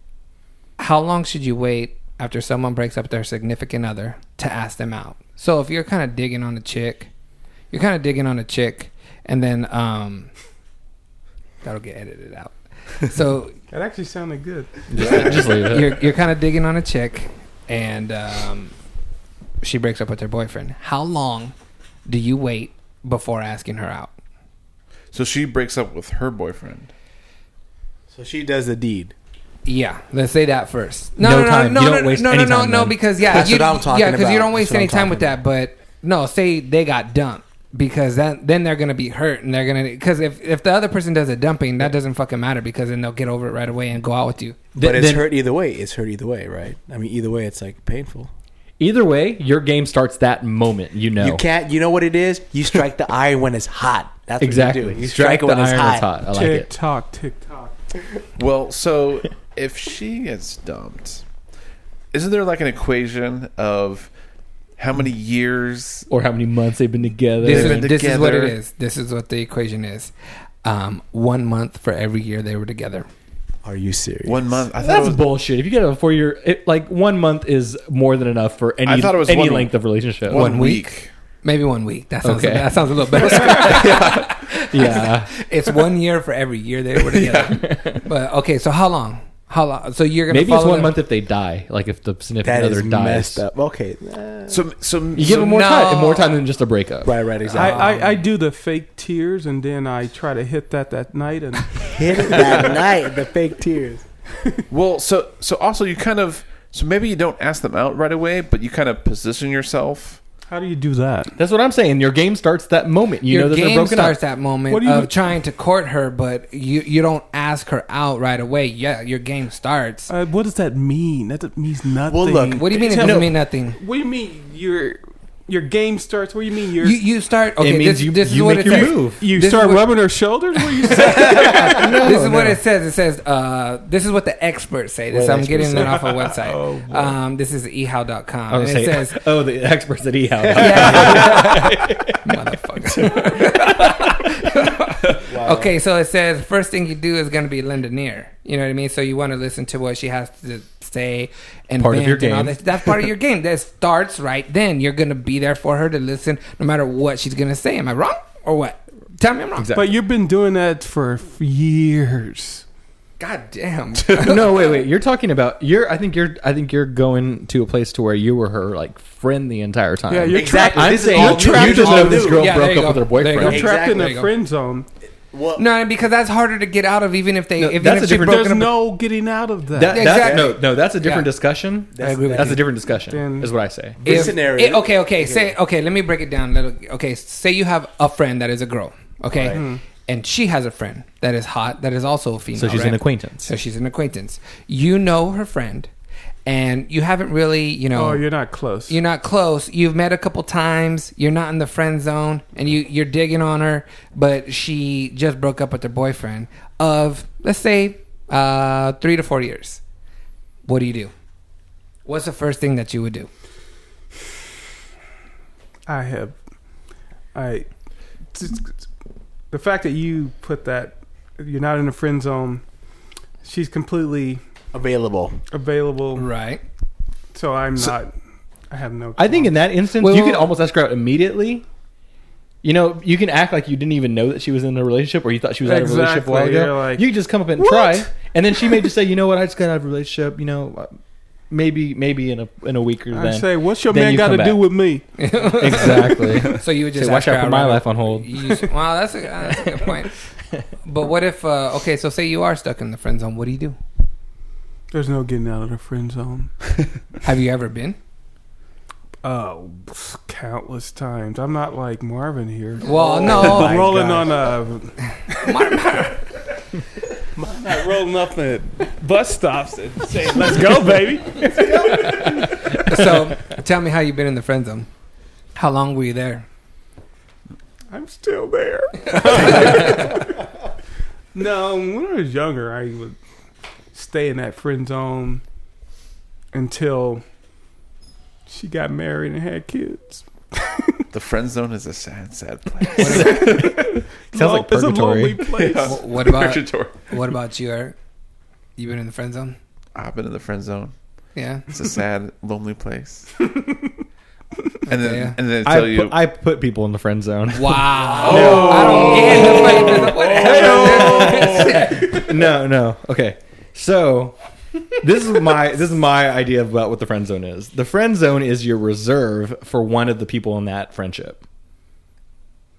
how long should you wait after someone breaks up their significant other to ask them out? So if you're kind of digging on a chick, you're kind of digging on a chick, and then um, that'll get edited out. So
That actually sounded good.
just leave it.
you're you're kind of digging on a chick, and um, she breaks up with her boyfriend. How long do you wait before asking her out?
So she breaks up with her boyfriend.
So she does the deed.
Yeah, let's say that first. No,
No
no, no,
time.
no,
You
no,
don't waste
no,
any
no, no,
time
no,
then.
because yeah,
That's
you,
what I'm talking
yeah, because you
about.
don't waste
That's what
any
I'm
time with
talking
that. But no, say they got dumped because that then they're gonna be hurt and they're gonna because if if the other person does a dumping, that doesn't fucking matter because then they'll get over it right away and go out with you.
But it's
Then-
hurt either way. It's hurt either way, right? I mean, either way, it's like painful.
Either way, your game starts that moment. You know.
You can't. You know what it is? You strike the iron when it's hot. That's
exactly.
what you do. You strike, it
the
when it's
iron
hot.
that's hot. I like
tick
it.
tock, tick tock.
Well, so if she gets dumped, isn't there like an equation of how many years?
Or how many months they've been together.
This is,
been
this is what it
together.
is. This is what the equation is. Um, one month for every year they were together.
Are you serious?
One month. I thought
That's
it was,
bullshit. If you get a four year, it, like one month is more than enough for any
I thought it was
any
one-
length of relationship.
one
one
week.
week. Maybe one week. That sounds
Okay.
that sounds a little better.
yeah,
it's one year for every year they were together. But okay, so how long? How long? So you're gonna
maybe it's
follow
one
them-
month if they die. Like if the significant
that
other
is
dies,
messed up. Okay. Uh,
So, so
you give
So
them more
no.
time. More time than just a breakup.
right. Right.
I,
Exactly.
I, I do the fake tears and then I try to hit that that night and
Hit it that night. The fake tears.
Well, so so also you kind of so maybe you don't ask them out right away, but you kind of position yourself.
how do you do that?
That's what I'm saying. Your game starts that moment. You
your
know that they're
game
broken
starts
up.
that moment
What do you-
of trying to court her, but you you don't ask her out right away. Yeah, your game starts.
Uh, what does that mean? That means nothing.
Well, look,
what do you mean it
Tell-
doesn't mean nothing?
What do you mean your your game starts? What do you mean your
You you start. Okay,
means
this,
you-
this is
you
what
make
it
your
says.
move.
you
this is
start
what-
rubbing her shoulders? What do you say?
this is what it says. It says uh, this is what the experts say. This,
What
I'm
experts
getting
say.
it off a website. um, this is ehow.com.
Oh, I
And
was
it
saying,
says
oh, the experts at E
Motherfucker. Okay, so it says first thing you do is going to be Linda Neer. You know what I mean? So you want to listen to what she has to say and
Part of
vent
your
and all
game.
that. That's part of your game. That starts right then. You're going to be there for her to listen, no matter what she's going to say. Am I wrong or what? Tell me I'm wrong.
but you've been doing that for f- years.
God damn.
no, wait, wait. You're talking about you're. I think you're. I think you're going to a place to where you were her like friend the entire time.
Yeah, you're
Exactly.
I'm
This is
saying
all
you
new.
trapped
This
to
is
know
all
this
new.
girl
Yeah, there
broke
you
up
go.
with her
There you go.
boyfriend.
You're
Exactly.
trapped in
There you
the
go.
friend zone.
no, because that's harder to get out of, even if they,
No,
even
that's a
if they're
different-
There's
broken up.
no getting out of that.
That,
Yeah,
that's-
exactly.
No, no, that's a different
Yeah.
discussion.
I agree with
that's
you.
a different discussion.
Then-
is what I say.
This
If-
scenario-
eh, okay, okay. Say okay. Let me break it down. Little, okay, say you have a friend that is a girl. Okay,
Hmm.
and she has a friend that is hot. That is also a female.
So she's an
right?
acquaintance.
So she's an acquaintance. You know her friend, and you haven't really, you know,
oh, you're not close.
you're not close. You've met a couple times. You're not in the friend zone, and you you're digging on her, but she just broke up with her boyfriend of let's say uh, three to four years. What do you do? What's the first thing that you would do?
I have. I. The fact that you put that, you're not in the friend zone. She's completely
Available.
available,
Right.
so I'm not. I have no.
I think in that instance,
Well-
you could almost ask her out immediately. You know, you can act like you didn't even know that she was in a relationship or you thought she was out of a relationship a
Exactly,
while ago.
you're like,
you could just come up and
"What?"
try. And then she may just say, you know what, I just got out of a relationship. You know, maybe maybe in a in a week or
I
then.
say, what's your
then
man
you
got to
come
do
back.
with me?
exactly.
So you would just
Say,
have
watch out for
crowd
my
running.
life on hold.
You s- wow, that's a, that's a good point. But what if? Uh, okay, so say you are stuck in the friend zone. What do you do?
There's no getting out of the friend zone.
Have you ever been?
Oh, countless times. I'm not like Marvin here.
Well,
I'm
no.
rolling on a. I'm not rolling up at bus stops and saying, "Let's go, baby."
so tell me how you've been in the friend zone. How long were you there?
I'm still there. no, when I was younger, I would stay in that friend zone until she got married and had kids.
The friend zone is a sad, sad place.
Sounds like
It's a
purgatory.
lonely place.
Wh- What about
Purgatory.
what about you? Eric? You been in the friend zone?
I've been in the friend zone.
Yeah.
It's a sad, lonely place. and then,
yeah.
and then they
I
tell
put,
you,
I put people in the friend zone.
Wow. I don't get the friend zone. What happened there?
no, no. Okay. So this is my this is my idea about what the friend zone is. The friend zone is your reserve for one of the people in that friendship.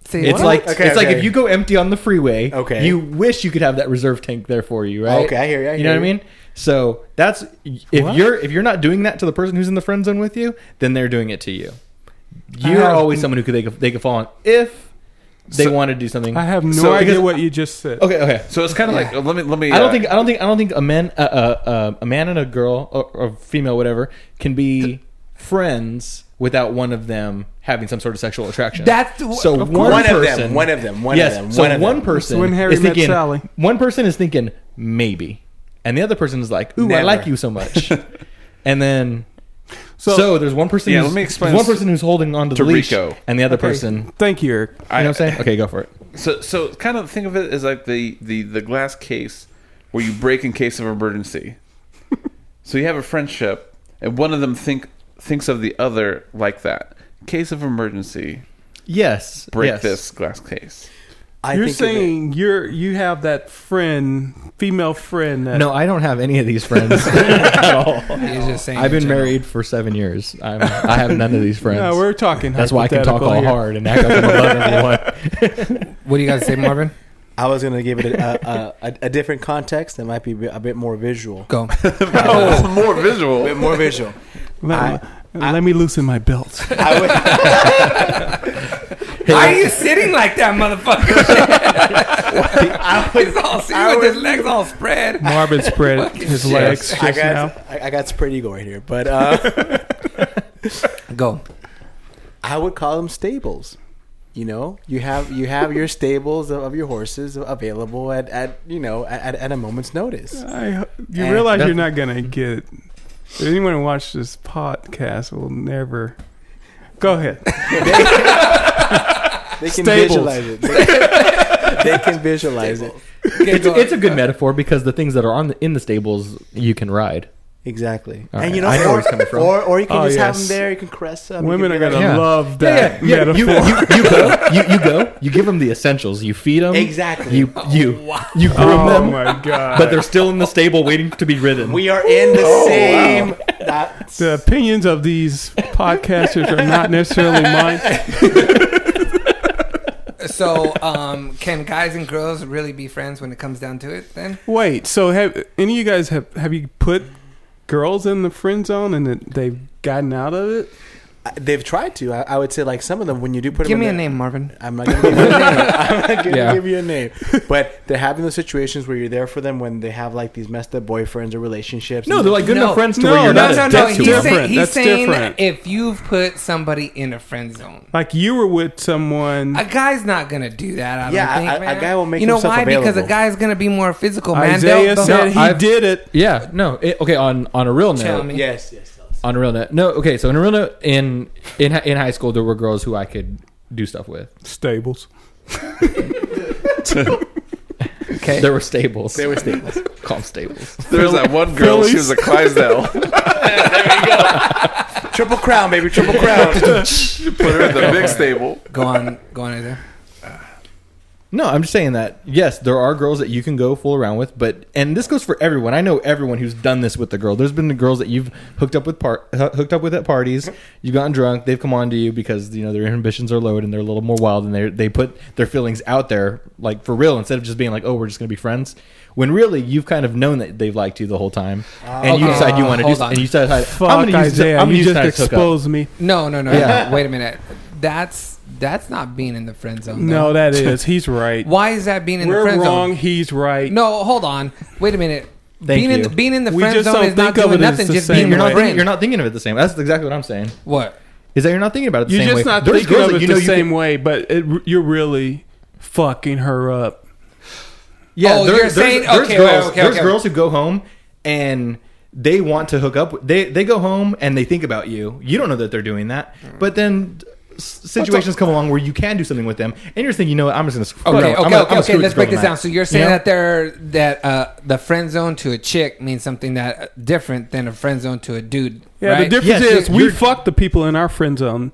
See,
It's
what?
like
Okay,
it's like
okay.
if you go empty on the freeway,
Okay.
you wish you could have that reserve tank there for you, right?
Okay, I hear you, I
you know
hear
what I
you.
mean? So that's if you're if you're not doing that to the person who's in the friend zone with you, then they're doing it to you. You're
have-
always someone who could they could, they could fall on if they want to do something.
I have no
So-
idea
because-
what you just said.
Okay, okay.
so it's kind of like, let me, let me.
I
uh,
don't think I don't think I don't think a man uh, uh, uh, a man and a girl or, or female whatever can be friends without one of them having some sort of sexual attraction.
That's the-
so
of
one,
One of them,
person,
one of them, one of
yes,
them,
So
one of
one
them.
person
It's when Harry
is
met
thinking
Sally.
one person is thinking maybe, and the other person is like, "Ooh, I
Never.
like you so much," and then. So,
So-
there's one person.
Yeah,
who's,
let me explain
there's one
this
person who's holding on to
to
the leash,
Rico.
and the other
Okay.
person. You
Thank you, Eric.
know what I'm saying? Okay, go for it.
So, so kind of think of it as like the the the glass case where you break in case of emergency. so you have a friendship, and one of them think thinks of the other like that. Case of emergency,
Yes,
break
yes.
this glass case.
I
you're
think of it-
saying you're you have that friend, female friend. That,
No, I don't have any of these friends at all.
He's just saying
I've
in
been
general.
married for seven years. I'm, I have none of these friends.
no, we're talking.
That's why I can talk
hypothetical
all
here.
hard and act like I'm above everyone.
What do you guys say, Marvin?
I was going to give it a, a, a, a different context that might be a bit- a bit more visual.
Go.
Oh, more visual.
A bit more visual.
Let, let me loosen my belt.
I would,
Why are you sitting like that, motherfucker? He's all see, with his legs all spread.
Marvin spread his
shit.
legs just
I
now.
got I, I got spread eagle right here, but uh,
Go.
I would call them stables. You know, you have you have your stables of, of your horses available at, at you know at, at a moment's notice.
I, you
And
realize
that-
you're not gonna get. If anyone who watches this podcast will never. Go ahead.
They can
Stables.
visualize it. They can, they can visualize it
It's, it's a good metaphor because the things that are on the, in the stables you can ride.
exactly.
All
and
right,
you know,
I know where
or,
it's coming from.
or or you can
Oh,
just have
yes.
them there. You can caress them. you
Women
can
are
be like-
gonna
Yeah.
love that
You,
metaphor.
you, you go. You, you go. You give them the essentials. You feed them.
Exactly.
You you you groom
oh
them,
my god!
but they're still in the stable waiting to be ridden.
We are in the same. That's,
the opinions of these podcasters are not necessarily mine.
So, um, can guys and girls really be friends when it comes down to it? Then
Wait, so have any of you guys have have you put girls in the friend zone and that they've gotten out of it?
they've tried to. I, I would say like some of them when you do put
give
them
me a
in there-
name, Marvin.
I'm not gonna give you a name. I'm not gonna
Yeah.
give you a name. But they're having those situations where you're there for them when they have like these messed up boyfriends or relationships.
no, they're like good
No,
enough friends to
no,
where you're
no,
not a
no,
dick
no,
He's
to
he's
them.
Oh, different.
saying, he's
That's
saying
different.
if you've put somebody in a friend zone.
Like you were with someone.
A guy's not gonna do that. I
Yeah,
don't think.
a- a
man.
guy will make
You know
himself
why? Because a
available.
guy's gonna be more physical. Man,
Isaiah
They'll-
said
they'll-
he
I've-
did it.
Yeah. No. It, okay. On on a real note.
Tell me.
yes, yes. tell us.
On a real note, no. Okay, so on a real note, in in hi- in high school, there were girls who I could do stuff with.
Stables.
Okay.
There were stables.
They were stables.
Call 'em stables.
There's that one girl. She was a Clydesdale.
Triple crown, baby. Triple crown.
Put her in the big stable.
Go on. Go on, Isaiah.
No, I'm just saying that yes, there are girls that you can go fool around with, but and this goes for everyone. I know everyone who's done this with the girl. There's been the girls that you've hooked up with par- hoo- hooked up with at parties. You've gotten drunk. They've come on to you because you know their inhibitions are low and they're a little more wild and they they put their feelings out there like for real instead of just being like oh we're just gonna be friends. When really you've kind of known that they've liked you the whole time, and you
Okay.
decide you want to do
Hold
s-
on.
and you decide
Fuck
I'm gonna use
Isaiah,
I'm gonna
you
use
just
tonight to hook up."
exposed me.
No, no, no,
Yeah.
no. Wait a minute. That's that's not being in the friend zone.
No,
though.
that is. He's right.
Why is that being in the
We're
friend
wrong.
zone?
He's right.
No, hold on. Wait a minute.
Thank
being in
you.
the, being in the
We
friend
just
zone
don't
is not
think of
doing
it as
nothing.
the
Just
same
being
You're
your
not,
friend.
thinking, you're not thinking of it the same. That's exactly what I'm saying.
what?
Is that you're not thinking about it the
You're
same
just
way?
not
There's
thinking
girls
of
that
it
you
the
know you
same
can-
way, but it, you're really fucking her up.
Yeah,
Oh,
there-
you're
there's,
saying-
there's
okay,
girls,
okay, okay,
there's
okay.
girls who go home and they want to hook up. with- They they go home and they think about you. You don't know that they're doing that,
Hmm.
but then s- situations come along where you can do something with them, and you're thinking, you know, what, I'm just gonna sc- fuck it,
Okay,
I'm
okay,
gonna- I'm
okay,
gonna
okay.
screw
Let's
girl
break this
tonight.
down. So you're saying
You know?
that there that uh, the friend zone to a chick means something that uh, different than a friend zone to a dude.
Yeah,
right?
the difference
Yes,
is
you're-
we
you're-
fuck the people in our friend zone,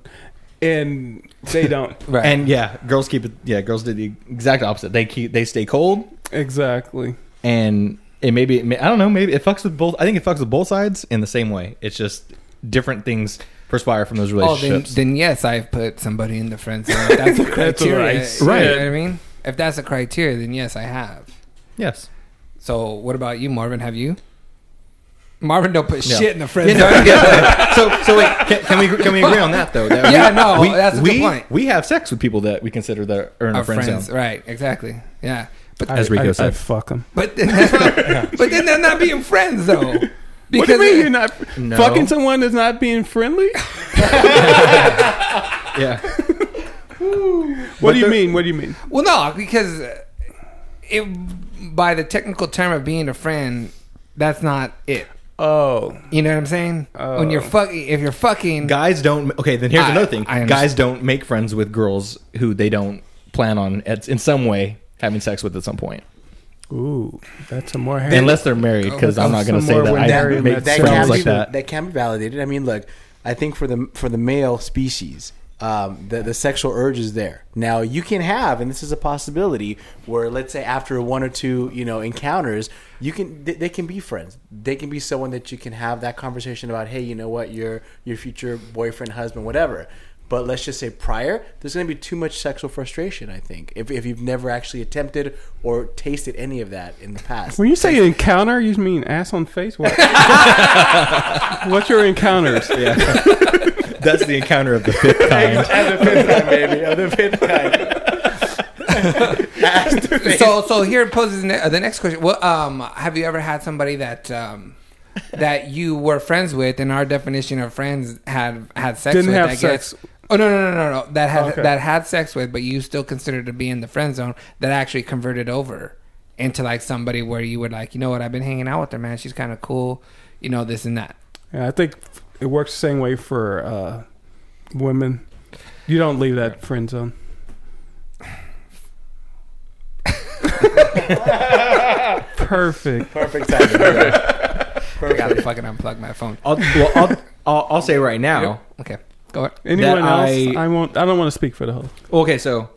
and they don't.
Right.
and yeah, girls keep it. Yeah, girls do the exact opposite. They keep they stay cold,
exactly.
and it maybe it may, I don't know. Maybe it fucks with both. I think it fucks with both sides in the same way. It's just different things perspire from those
oh, then,
relationships.
then yes, I've put somebody in the friend zone. If that's a criteria.
Right.
You know what I mean, if that's a criteria, then yes, I have.
yes.
So what about you, Marvin? Have you? Marvin don't put
No.
shit in the friend
Yeah,
zone.
no, yeah. so, so wait, can, can we can we agree on that though? That
Yeah,
we-
no, that's a good
we,
point.
We have sex with people that we consider that are in our
Our
friend
friends,
zone.
right? Exactly. Yeah, but
As
I,
Rico
I, I
said.
fuck them.
but then, but then they're not being friends though.
What do you
Because-
mean you're not
No.
fucking someone that's not being friendly?
Yeah,
What do you
they're-
mean? What do you mean?
Well, no, because uh, it by the technical term of being a friend, that's not it.
Oh,
You know what I'm saying? when you're fucking, if you're fucking,
guys don't. Okay, then here's
I-
another thing:
I understand.
guys don't make friends with girls who they don't plan on at, in some way having sex with at some point,
ooh, that's a more.
unless they're married. Because I'm not going to say
Somewhere
that I
when they're-
make
that
friends
can
like
be,
that.
can be validated. I mean, look, I think for the for the male species, um, the the sexual urge is there. Now you can have, and this is a possibility, where let's say after one or two, you know, encounters, you can they, they can be friends. They can be someone that you can have that conversation about. Hey, you know what, your your future boyfriend, husband, whatever. But let's just say prior, there's going to be too much sexual frustration. I think if, if you've never actually attempted or tasted any of that in the past.
When you say encounter, you mean ass on face? What? What's your encounters?
That's the encounter of the fifth time.
Other fifth time, baby. Other fifth time. Ask the face.
so so here poses ne- uh, the next question. Well, um, have you ever had somebody that um that you were friends with, and our definition of friends had had sex
Didn't
with?
have
I guess.
sex.
Oh no no no no no that had
Okay.
that had sex with, but you still considered to be in the friend zone. That actually converted over into like somebody where you were like, you know what, I've been hanging out with her, man. She's kind of cool, you know this and that.
Yeah, I think it works the same way for uh, women. You don't leave that friend zone. Perfect.
Perfect timing.
I gotta fucking unplug my phone.
I'll, well, I'll, I'll, I'll say right now.
Okay, go ahead.
Anyone
That
else?
I-
I, won't. I don't want to speak for the whole.
Okay, so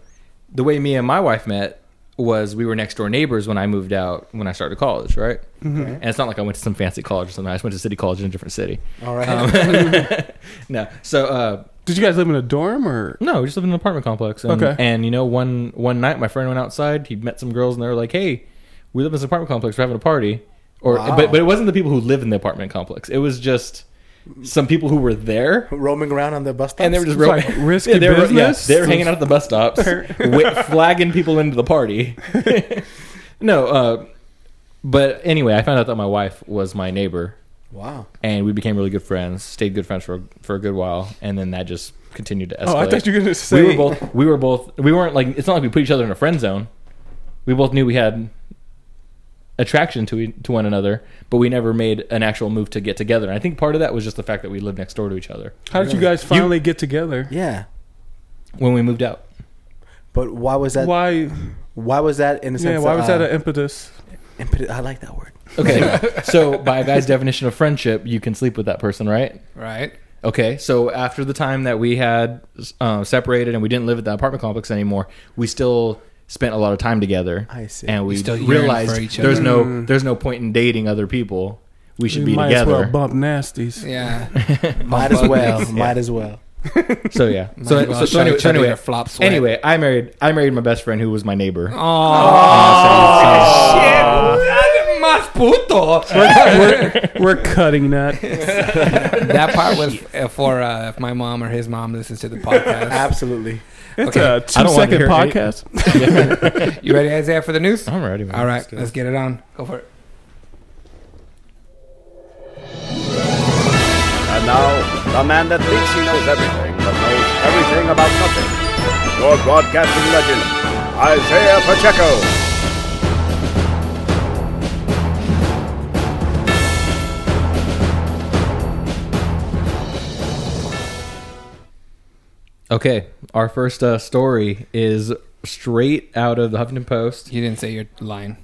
the way me and my wife met was we were next door neighbors when I moved out when I started college, right? And it's not like I went to some fancy college or something. I just went to city college in a different city.
All right.
No, so uh,
Did you guys live in a dorm or?
no, we just lived in an apartment complex. And,
Okay.
and you know, one one night my friend went outside. He met some girls, and they were like, "Hey, we live in this apartment complex. We're having a party." Or
Wow.
but but it wasn't the people who live in the apartment complex. It was just some people who were there
Roaming around on the bus stops.
and they were just
It's
real,
like risky
they were,
business.
they were hanging out at the bus stops, wi- flagging people into the party. no, uh, but anyway, I found out that my wife was my neighbor,
wow.
and we became really good friends. Stayed good friends for for a good while, and then that just continued to escalate.
Oh, I thought you were gonna say.
we were both we were both we weren't like it's not like we put each other in a friend zone. We both knew we had attraction to e- to one another, but we never made an actual move to get together. And I think part of that was just the fact that we lived next door to each other
How did you guys finally get together?
Yeah.
when we moved out.
But why was that? Why,
Why?
was that in a sense?
Yeah. Why was
uh,
that an impetus?
impedi- I like that word.
Okay, so by a guy's definition of friendship, you can sleep with that person, right?
Right.
Okay, so after the time that we had uh, separated and we didn't live at that apartment complex anymore, we still spent a lot of time together.
I see.
And we
still yearn
realized
for each
there's
other.
no
Mm.
there's no point in dating other people. We should be
might
together.
as well bump nasties.
Yeah.
Oh,
Might as well. Might as well.
So yeah.
Might
so,
as well
so, so
show
anyway,
each
so
other
anyway,
your flop sweat.
anyway, I married I married my best friend who was my neighbor.
Oh, shit. Mas puto.
we're, we're cutting that.
that part was uh, for uh, if my mom or his mom listens to the podcast.
Absolutely.
It's
Okay.
a
I
two
don't want to
second
hear any-
podcast.
you ready, Isaiah, for the news?
I'm ready. Man.
All right, let's get it on. Go for it.
And now, the man that thinks he knows everything, but knows everything about nothing.
Your broadcasting legend, Isaiah Pacheco.
Okay, our first uh, story is straight out of the Huffington Post.
You didn't say your line.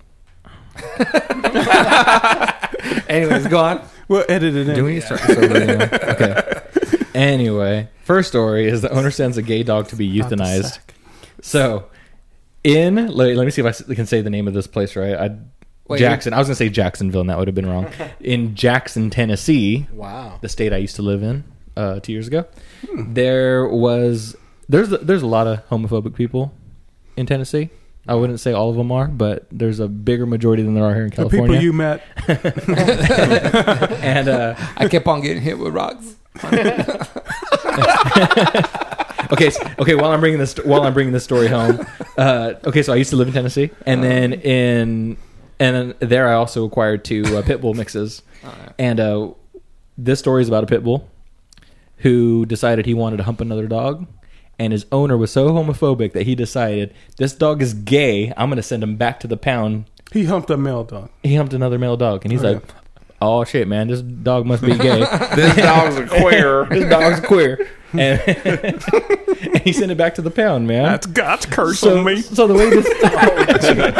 Anyways, go on.
We'll edit it in.
Do we need to start this over? again? Okay. Anyway, first story is the owner sends a gay dog to be euthanized. So, in let, let me see if I s- can say the name of this place right. I,
Wait,
Jackson. I was gonna say Jacksonville, and that would have been wrong. In Jackson, Tennessee,
Wow.
the state I used to live in uh, two years ago, there was there's there's a lot of homophobic people in Tennessee. I wouldn't say all of them are, but there's a bigger majority than there are here in
The
California.
people you met.
and uh,
I kept on getting hit with rocks.
okay, s- okay. While I'm bringing this, while I'm bringing this story home, uh, okay. So I used to live in Tennessee, and then in and then there I also acquired two uh, pit bull mixes, and uh, this story is about a pit bull who decided he wanted to hump another dog, and his owner was so homophobic that he decided this dog is gay. I'm going to send him back to the pound.
He humped a male dog.
He humped another male dog, and he's
Oh,
like. Oh shit, man! This dog must be gay.
This dog's a queer.
this dog's queer, and, and he sent it back to the pound, man.
God's curse
so, so the way this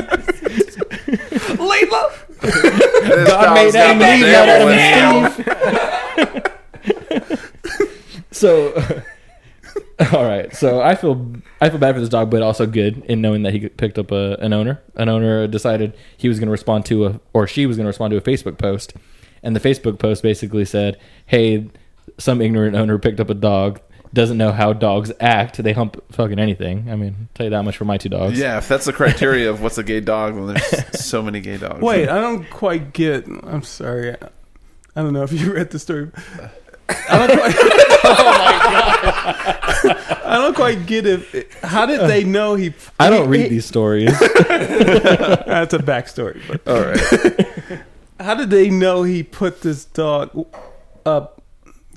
Layla!
This
God
dog's
made Adam
got
and Eve,
the
not
devil in it.
Adam and Steve. so, all right. So I feel I feel bad for this dog, but also good in knowing that he picked up a, an owner. An owner decided he was going to respond to a or she was going to respond to a Facebook post, and the Facebook post basically said, "Hey, some ignorant owner picked up a dog." Doesn't know how dogs act. They hump fucking anything. I mean, tell you that much for my two dogs.
Yeah, if that's the criteria of what's a gay dog, then there's so many gay dogs.
Wait, I don't quite get. I'm sorry. I, I don't know if you read the story. I don't quite. I don't quite get it. How did they know he?
I don't read these stories.
That's a backstory. But
all right.
how did they know he put this dog up?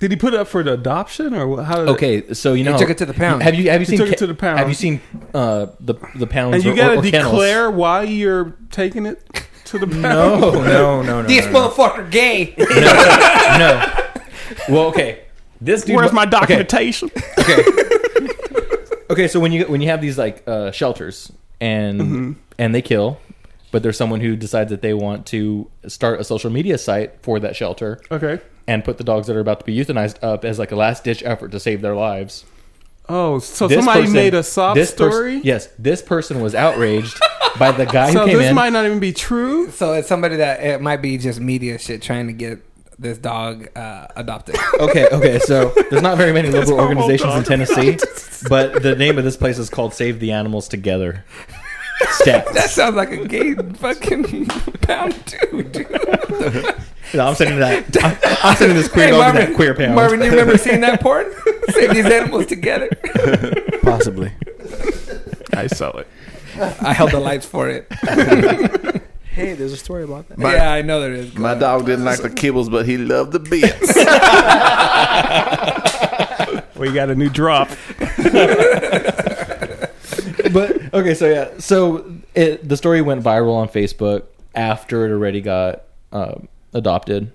Did he put it up for the adoption or what- how did?
Okay, so you know,
took it to the pound.
Have you have you
He
seen
took it
ca-
to the pound.
Have you seen uh, the the pounds?
and
or-
you got
or-
to
or kennels?
declare why you're taking it to the pound.
No, no, no, no,
This
no, no,
motherfucker gay.
no. Well, okay. This dude.
Where's my
okay,
documentation?
Okay. okay, so when you when you have these like uh, shelters and
Mm-hmm.
and they kill, but there's someone who decides that they want to start a social media site for that shelter
okay.
and put the dogs that are about to be euthanized up as like a last ditch effort to save their lives.
Oh, so
This
somebody
person-
made a sob
this pers-
story.
yes, this person was outraged by the guy who
So
came
this
in.
might not even be true.
so it's somebody that it might be just media shit trying to get this dog uh, adopted.
okay, okay. So there's not very many local
horrible
organizations in
dog.
Tennessee, but the name of this place is called Save the Animals Together. Stats.
that sounds like a gay fucking pound dude.
No, I'm sending that. I'm, I'm sending this queer dog to that queer pound.
Marvin, you remember seeing that porn? Save these animals together.
Possibly.
I saw it.
I held the lights for it.
Hey, there's a story about that.
My,
yeah, I know there is.
my dog didn't like the kibbles, but he loved the bits.
We got a new drop.
but okay, so yeah, so it, the story went viral on Facebook after it already got um, adopted,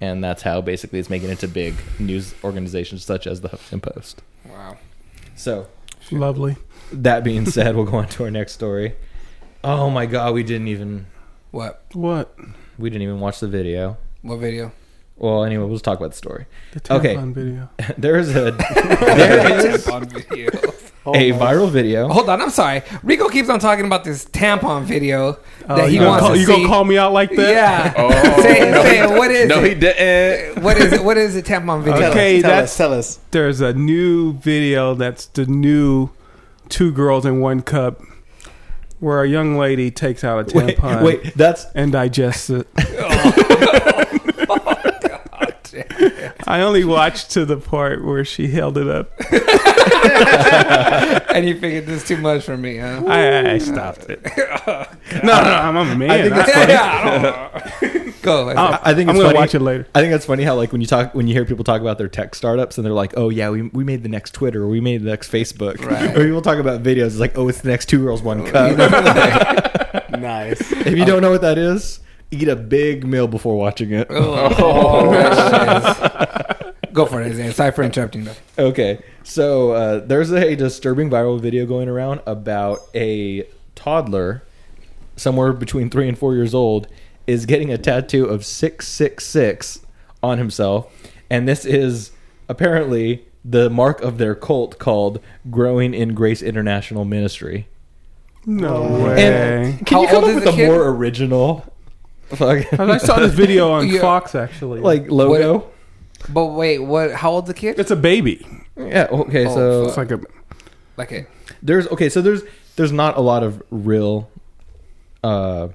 and that's how basically it's making it to big news organizations such as the Huffington Post.
Wow.
So
Lovely.
that being said, we'll go on to our next story. Oh my god, we didn't even
What?
What?
we didn't even watch the video.
What video?
Well, anyway, we'll just talk about the story.
The
Okay.
tampon video.
there is a there is
Tampon video.
Oh
a viral video.
Hold on, I'm sorry. Rico keeps on talking about this tampon video that he
Oh, you gonna
wants
call,
to
you
see.
gonna call me out like that?
Yeah.
Oh,
say,
no,
say,
he-
what is
no, he
it?
didn't.
What is it? What is a tampon video?
Okay.
tell
that's-
us, tell us.
There's a new video that's the new two girls in one cup, where a young lady takes out a
Wait,
tampon
wait, Oh, that's
and digests it. I only watched to the part where she held it up.
And you figured this is too much for me, huh?
I, I stopped it. No, no, I'm a man.
Oh, I think that's funny.
Yeah, I don't- Go. I said-
I I think
I'm
it's
gonna
funny.
watch it later.
I think that's funny how like when you talk when you hear people talk about their tech startups and they're like, oh yeah, we, we made the next Twitter, or we made the next Facebook,
Right.
or people talk about videos. It's like, oh, it's the next two girls one cup.
Nice.
if you don't know what that is, eat a big meal before watching it.
Oh, that shit is- Go for it, Isaiah. Sorry for interrupting, though.
Okay, so uh, there's a disturbing viral video going around about a toddler, somewhere between three and four years old, is getting a tattoo of six six six on himself, and this is apparently the mark of their cult called Growing in Grace International Ministry.
No way.
And can you
How old
come up
is
with
the
a
kid?
more original, fuck,
I saw this video on
Yeah.
Fox actually.
like logo?
But wait, what? How old's the kid?
it's a baby.
Yeah. Okay.
Oh,
so
It's like a
Like it.
there's okay so there's there's not a lot of real uh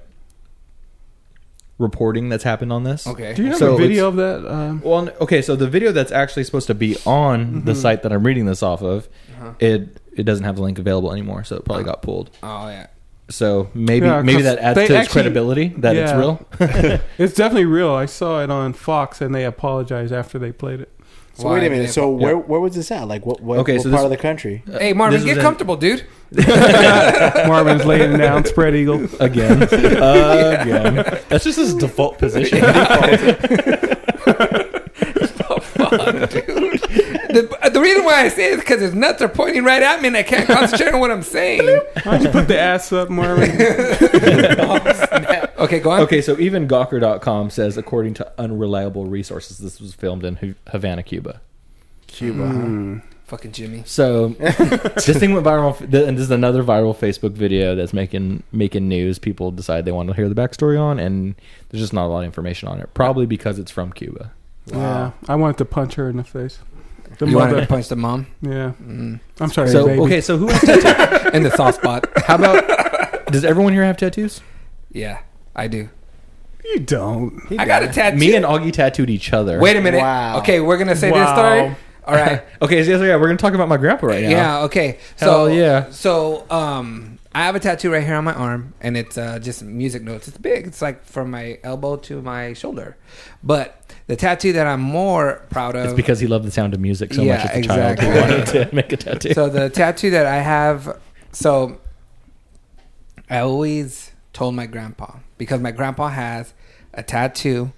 reporting that's happened on this
Okay.
Do you have
So
a video
it's-
of that? Um,
well n- okay so the video that's actually supposed to be on the
Mm-hmm.
site that i'm reading this off of
Uh-huh.
it it doesn't have the link available anymore so it probably got pulled
Oh yeah.
so maybe
Yeah,
maybe
'cause
that adds to
they
its
actually-
credibility that it's
Yeah.
real
it's definitely real. I saw it on Fox, and they apologized after they played it.
So
Why
wait a
did
minute.
they-
So where where was this at? Like what what,
Okay,
what
so
part
this-
of the country?
Hey Marvin,
this
get
was in-
comfortable, dude.
Marvin's laying down, spread eagle.
again again that's just his default position
Fuck, dude. The, the reason why I say it is because his nuts are pointing right at me, and I can't concentrate on what I'm saying.
Why don't you put the ass up, Marvin?
Okay, go on.
okay so even gawker.com says according to unreliable resources this was filmed in Hav- havana cuba
Cuba.
Mm.
Mm.
Fucking Jimmy.
So this thing went viral, th- and this is another viral Facebook video that's making making news. People decide they want to hear the backstory on, and there's just not a lot of information on it. Probably because it's from Cuba.
Yeah, I wanted to punch her in the face. The
You wanted to
mother.
punch the mom
Yeah,
Mm.
I'm sorry,
so
baby.
okay, so who has tattoos?
in the soft spot.
How about does everyone here have tattoos?
Yeah, I do.
You don't.
I got a tattoo.
Me and Augie tattooed each other.
Wait a minute.
Wow.
Okay, we're gonna say this
Wow.
story. All right.
Okay, so yeah, so yeah, we're gonna talk about my grandpa right now.
Yeah. okay. so
Hell yeah.
So um, I have a tattoo right here on my arm, and it's uh, just music notes. It's big. It's like from my elbow to my shoulder. But the tattoo that I'm more proud of
It's because he loved the sound of music so
um, Yeah,
much as a child.
exactly.
He wanted to make a tattoo.
so the tattoo that I have, so I always told my grandpa because my grandpa has a tattoo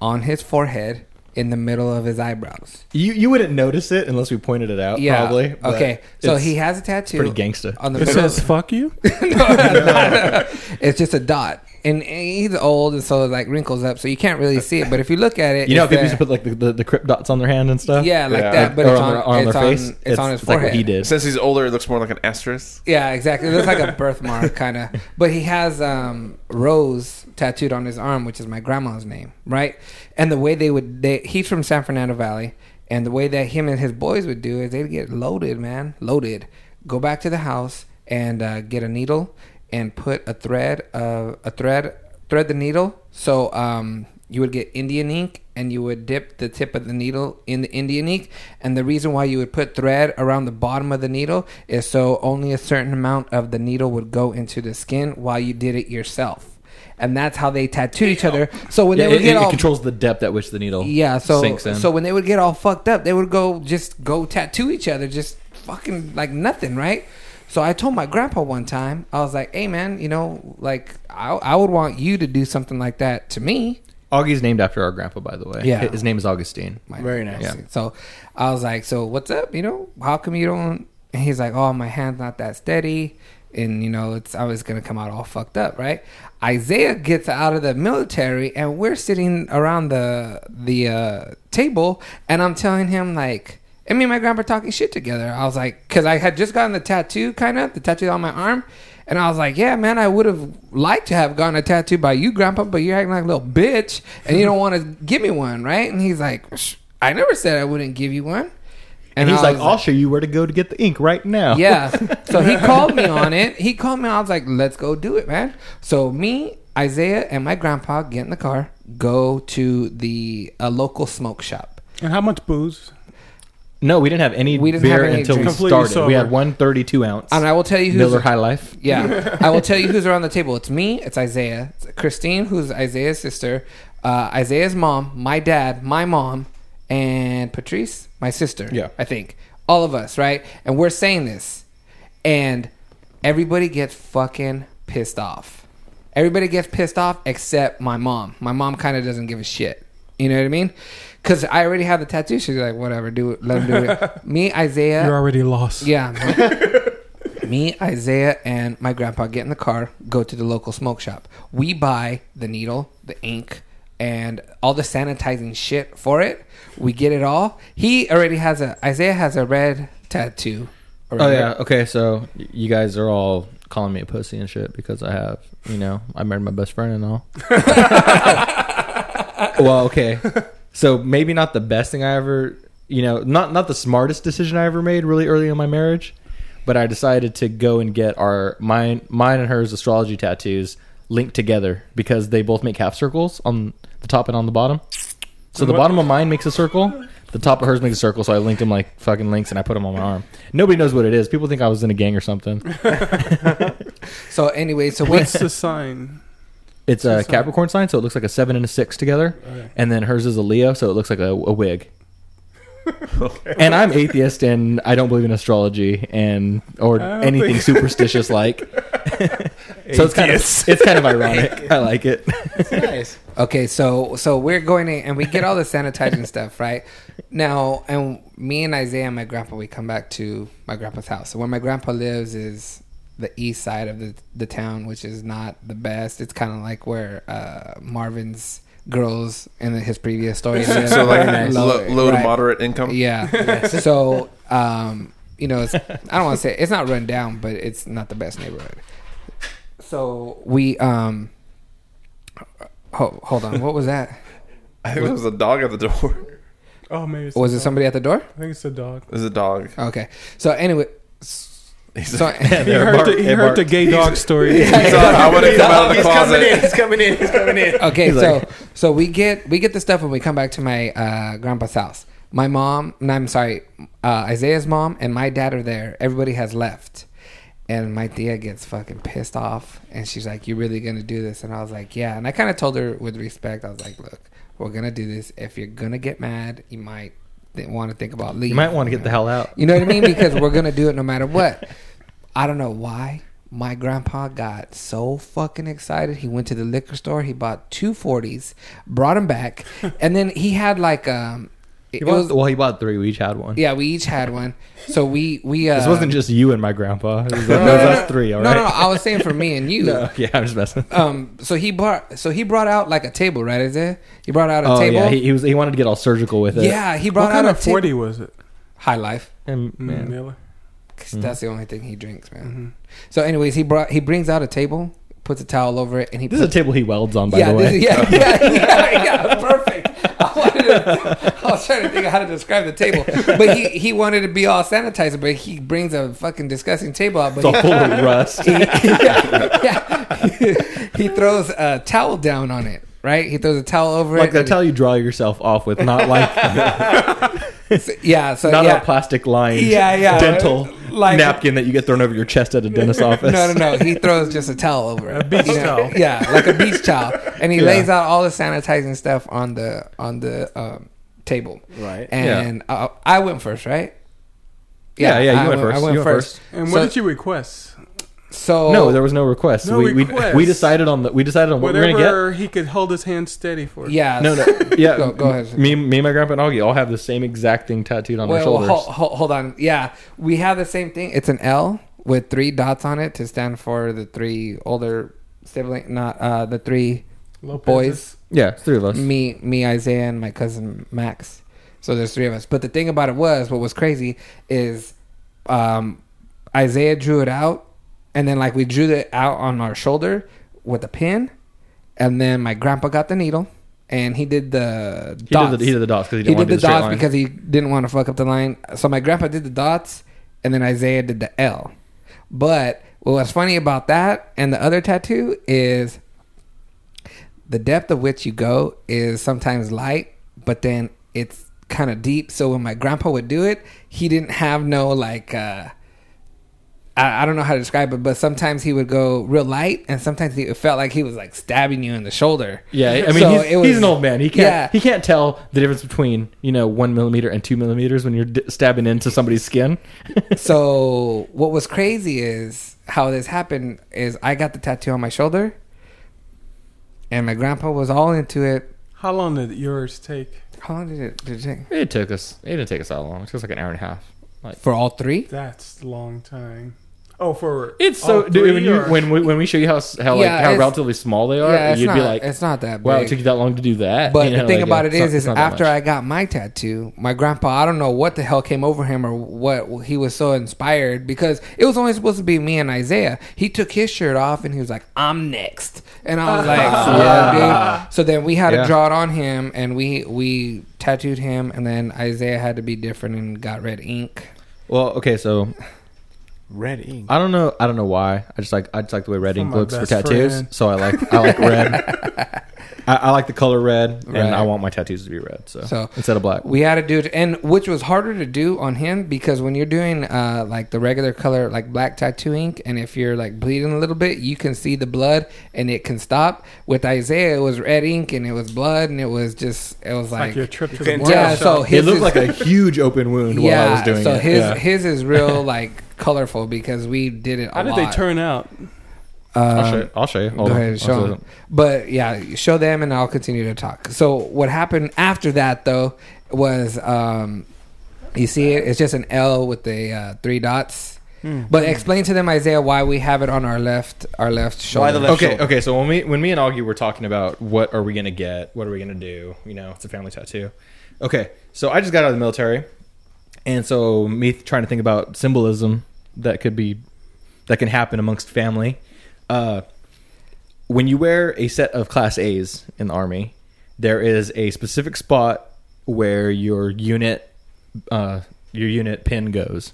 on his forehead in the middle of his eyebrows.
you you wouldn't notice it unless we pointed it out.
Yeah.
Probably. but
Okay. So
it's
he has a tattoo.
pretty gangsta.
On the
It
middle.
says "fuck you."
No, it's not. it's just a dot. And, and he's old, and so it like wrinkles up, so you can't really see it. But if you look at it,
You know, how
it's
people used
there.
to put like the, the, the crypt dots on their hand and stuff.
yeah, like
Yeah.
that, but
Or
it's
on,
on,
their, on
it's
their
on,
face.
it's, on his
like
forehead.
what he did.
Since he's older, it looks more like an asterisk.
Yeah, exactly. It looks like a birthmark kind of. But he has um, Rose tattooed on his arm, which is my grandma's name, right? And the way they would, they, he's from San Fernando Valley, and the way that him and his boys would do is they'd get loaded, man, loaded, go back to the house and uh, get a needle and put a thread of a thread thread the needle. So um, you would get Indian ink and you would dip the tip of the needle in the Indian ink. And the reason why you would put thread around the bottom of the needle is so only a certain amount of the needle would go into the skin while you did it yourself. And that's how they tattooed each other. So when
Yeah,
they would
it,
get
it- it
all
controls the depth at which the needle
yeah, so
sinks in.
so when they would get all fucked up, they would go just go tattoo each other, just fucking like nothing, right? So I told my grandpa one time, I was like, "Hey man, you know, like I, I would want you to do something like that to me."
Augie's named after our grandpa, by the way.
Yeah.
his name is Augustine.
My-
Very nice.
Yeah.
So I was like, "So what's up? You know, how come you don't?" And he's like, "Oh, my hand's not that steady." And you know, it's always gonna come out all fucked up, right? Isaiah gets out of the military, and we're sitting around the the uh, table, and I'm telling him like, and me and my grandpa talking shit together. I was like, because I had just gotten the tattoo, kind of the tattoo on my arm, and I was like, yeah, man, I would have liked to have gotten a tattoo by you, grandpa, but you're acting like a little bitch, and you don't want to give me one, right? And he's like, "Psh, I never said I wouldn't give you one.
And he's
I
like, "Oh,
was
I'll show you where to go to get the ink right now.
yeah. So he called me on it. He called me. I was like, let's go do it, man. So me, Isaiah, and my grandpa get in the car, go to the a local smoke shop.
And how much booze?
No, we didn't have any
We didn't have
beer
any
until we
drinks.
Completely
started. We
sober.
had one 32 ounce.
And I will tell you who's
Miller High Life.
Yeah. I will tell you who's around the table. It's me, it's Isaiah, it's Christine, who's Isaiah's sister, uh, Isaiah's mom, my dad, my mom, and Patrice, my sister.
Yeah.
I think. All of us, right? And we're saying this. And everybody gets fucking pissed off. Everybody gets pissed off except my mom. My mom kind of doesn't give a shit. You know what I mean? Because I already have the tattoo. She's like, whatever, do it. Let him do it. me, Isaiah.
You're already lost.
Uh, Yeah. man. Me, Isaiah, and my grandpa get in the car, go to the local smoke shop. We buy the needle, the ink, and all the sanitizing shit for it. We get it all. He already has a Isaiah has a red tattoo.
Oh
already.
yeah. Okay, so y- you guys are all calling me a pussy and shit because I have, you know, I married my best friend and all. well, okay. So maybe not the best thing I ever, you know, not not the smartest decision I ever made really early in my marriage, but I decided to go and get our mine mine and hers astrology tattoos linked together because they both make half circles on the top and on the bottom. So the bottom of mine makes a circle. The top of hers makes a circle. So I linked them like fucking links, and I put them on my arm. Nobody knows what it is. People think I was in a gang or something.
So anyway, so we
What's the sign?
It's a Capricorn sign, so it looks like a seven and a six together. And then hers is a Leo, so it looks like a, a wig. And I'm atheist, and I don't believe in astrology and or
don't
anything
think-
superstitious like. so it's kind of it's kind of ironic. I like it.
nice.
Okay, so so we're going in and we get all the sanitizing stuff, right? Now, and me and Isaiah and my grandpa, we come back to my grandpa's house. So where my grandpa lives is the east side of the, the town, which is not the best. It's kind of like where uh, Marvin's girls in his previous story. live.
So like
Low-
low, low to
right.
moderate income.
Yeah. So, um, you know, it's, I don't want to say it's not run down, but it's not the best neighborhood. So we, um, ho- hold on. What was that?
I think there was a dog at the door.
Oh, maybe it's
Was
the
it
dog.
somebody at the door?
I think it's the dog.
There's a dog.
Okay. So anyway, s- so
He heard, the, he heard the gay dog story.
He's on, I want to come out of the
He's coming in.
closet.
He's coming in. He's coming in.
okay, so so we get we get the stuff and we come back to my uh, grandpa's house. My mom, no, I'm sorry, uh, Isaiah's mom and my dad are there. Everybody has left, and my tia gets fucking pissed off, and she's like, "You really gonna do this?" And I was like, "Yeah." And I kind of told her with respect. I was like, "Look, we're gonna do this. If you're gonna get mad, you might th- want to think about leaving.
You might want to get the hell out.
You know what I mean? Because we're gonna do it no matter what. I don't know why. My grandpa got so fucking excited. He went to the liquor store. He bought two forties, brought them back, and then he had like um. It
He
it
bought,
was,
well, he bought three. We each had one.
yeah, we each had one. So we we uh,
This wasn't just you and my grandpa. It was, it
no,
was
no,
us three. All
no
right.
no no. I was saying for me and you.
No, yeah, I'm just messing.
Um. So he brought so he brought out like a table, right? Is it? He brought out a
Oh
table.
yeah, he, he was. He wanted to get all surgical with it.
yeah, he brought
What kind
out
of
a table.
forty was it?
High life.
And,
Mm,
man,
Miller.
'Cause That's the only thing he drinks, man. So, anyways, he brought he brings out a table, puts a towel over it, and he
this is a
puts,
table he welds on, by
yeah,
the way.
this is- yeah, yeah, yeah, yeah, perfect. I, wanted to, I was trying to think of how to describe the table, but he he wanted to be all sanitizer, but he brings a fucking disgusting table out. But
It's all full of rust.
he, yeah, yeah. he throws a towel down on it. Right, he throws a towel over
like
it.
the
and-
towel you draw yourself off with, not like
yeah. So
not
yeah.
a plastic lined
Yeah, yeah.
dental
Like-
napkin that you get thrown over your chest at a dentist's office.
No, no, no. He throws just a towel over it. A
beach towel.
Yeah, like a beach towel, and he
Yeah.
lays out all the sanitizing stuff on the on the um, table.
Right.
And uh, I went first, right?
Yeah, yeah, you
I
went first.
I went
You went
first.
And what
so,
did you request?
So
No, there was no request.
No
we,
request.
We, we decided on the we decided on what we are gonna
Whatever he could hold his hand steady for.
yeah.
get. No, no, yeah.
Go- go ahead.
Me, me, and my grandpa and Augie all have the same exact thing tattooed on our
Well,
shoulders.
hold, hold, hold on. Yeah, we have the same thing. It's an L with three dots on it to stand for the three older sibling, not uh, the three
Lopez's.
boys.
yeah, it's three of us.
me, me, Isaiah, and my cousin Max. So there's three of us. But the thing about it was, what was crazy is um, Isaiah drew it out, and then like we drew it out on our shoulder with a pin, and then my grandpa got the needle. And he did the
He did
dots.
the- he did the dots 'cause he didn't wanna do the straight
dots
line.
because he didn't want to fuck up the line. So my grandpa did the dots, and then Isaiah did the L. But what was funny about that and the other tattoo is the depth of which you go is sometimes light, but then it's kind of deep. So when my grandpa would do it, he didn't have no like uh I, I don't know how to describe it, but sometimes he would go real light, and sometimes he, it felt like he was like stabbing you in the shoulder.
Yeah, I mean,
So
he's,
it was-
he's an old man. He can't
Yeah.
he can't tell the difference between you know one millimeter and two millimeters when you're d- stabbing into somebody's skin.
so what was crazy is how this happened is I got the tattoo on my shoulder, and my grandpa was all into it.
How long did yours take?
How long did it, did it take?
it took us. It didn't take us that long. It took us like an hour and a half. Like
For all three?
That's a long time. Oh, for
it's
all
so dude, when
three,
you
or-
when we, when we show you how s- how
Yeah,
like how
it's-
relatively small they are,
yeah, it's
you'd
not,
be like,
it's not that big.
wow, it took you that long to do that.
But the
You know,
thing
like,
about
yeah,
it
it's
is,
not-
is
it's not that
after
much.
I got my tattoo, my grandpa, I don't know what the hell came over him or what he was so inspired because it was only supposed to be me and Isaiah. He took his shirt off and he was like, "I'm next," and I was like, "Yeah, dude." So then we had
Yeah.
to draw it on him, and we we tattooed him, and then Isaiah had to be different and got red ink.
well, okay, so
Red ink.
I don't know. I don't know why. I just like I just like the way red
From
ink
my
looks for
best
tattoos.
friend.
So I like I like red. I, I like the color red,
Right.
and I want my tattoos to be red. So,
So-
instead of black,
We had to do it, and which was harder to do on him because when you're doing uh, like the regular color, like black tattoo ink, and if you're like bleeding a little bit, you can see the blood and it can stop. With Isaiah, it was red ink and it was blood, and it was just it was
like
like,
your trip to the
couldn't
workshop.
yeah. So his
it looked
is,
like a huge open wound
yeah.
while I was doing
so
it.
his
yeah.
his is real like colorful because we did it. A
How did
lot.
they turn out?
um,
I'll show you. I'll show you. Hold
Go
on.
ahead,
I'll
and show
show
them.
you.
But yeah, show them, and I'll continue to talk. So what happened after that though was, um, you see it. It's just an L with the uh, three dots.
Hmm.
But explain to them, Isaiah, why we have it on our left, our left shoulder.
Why the left
Okay,
shoulder?
okay. So when we when me and Augie were talking about what are we gonna get, what are we gonna do? You know, it's a family tattoo. Okay, so I just got out of the military, and so me th- trying to think about symbolism that could be that can happen amongst family. Uh, when you wear a set of class A's in the army, there is a specific spot where your unit uh, your unit pin goes,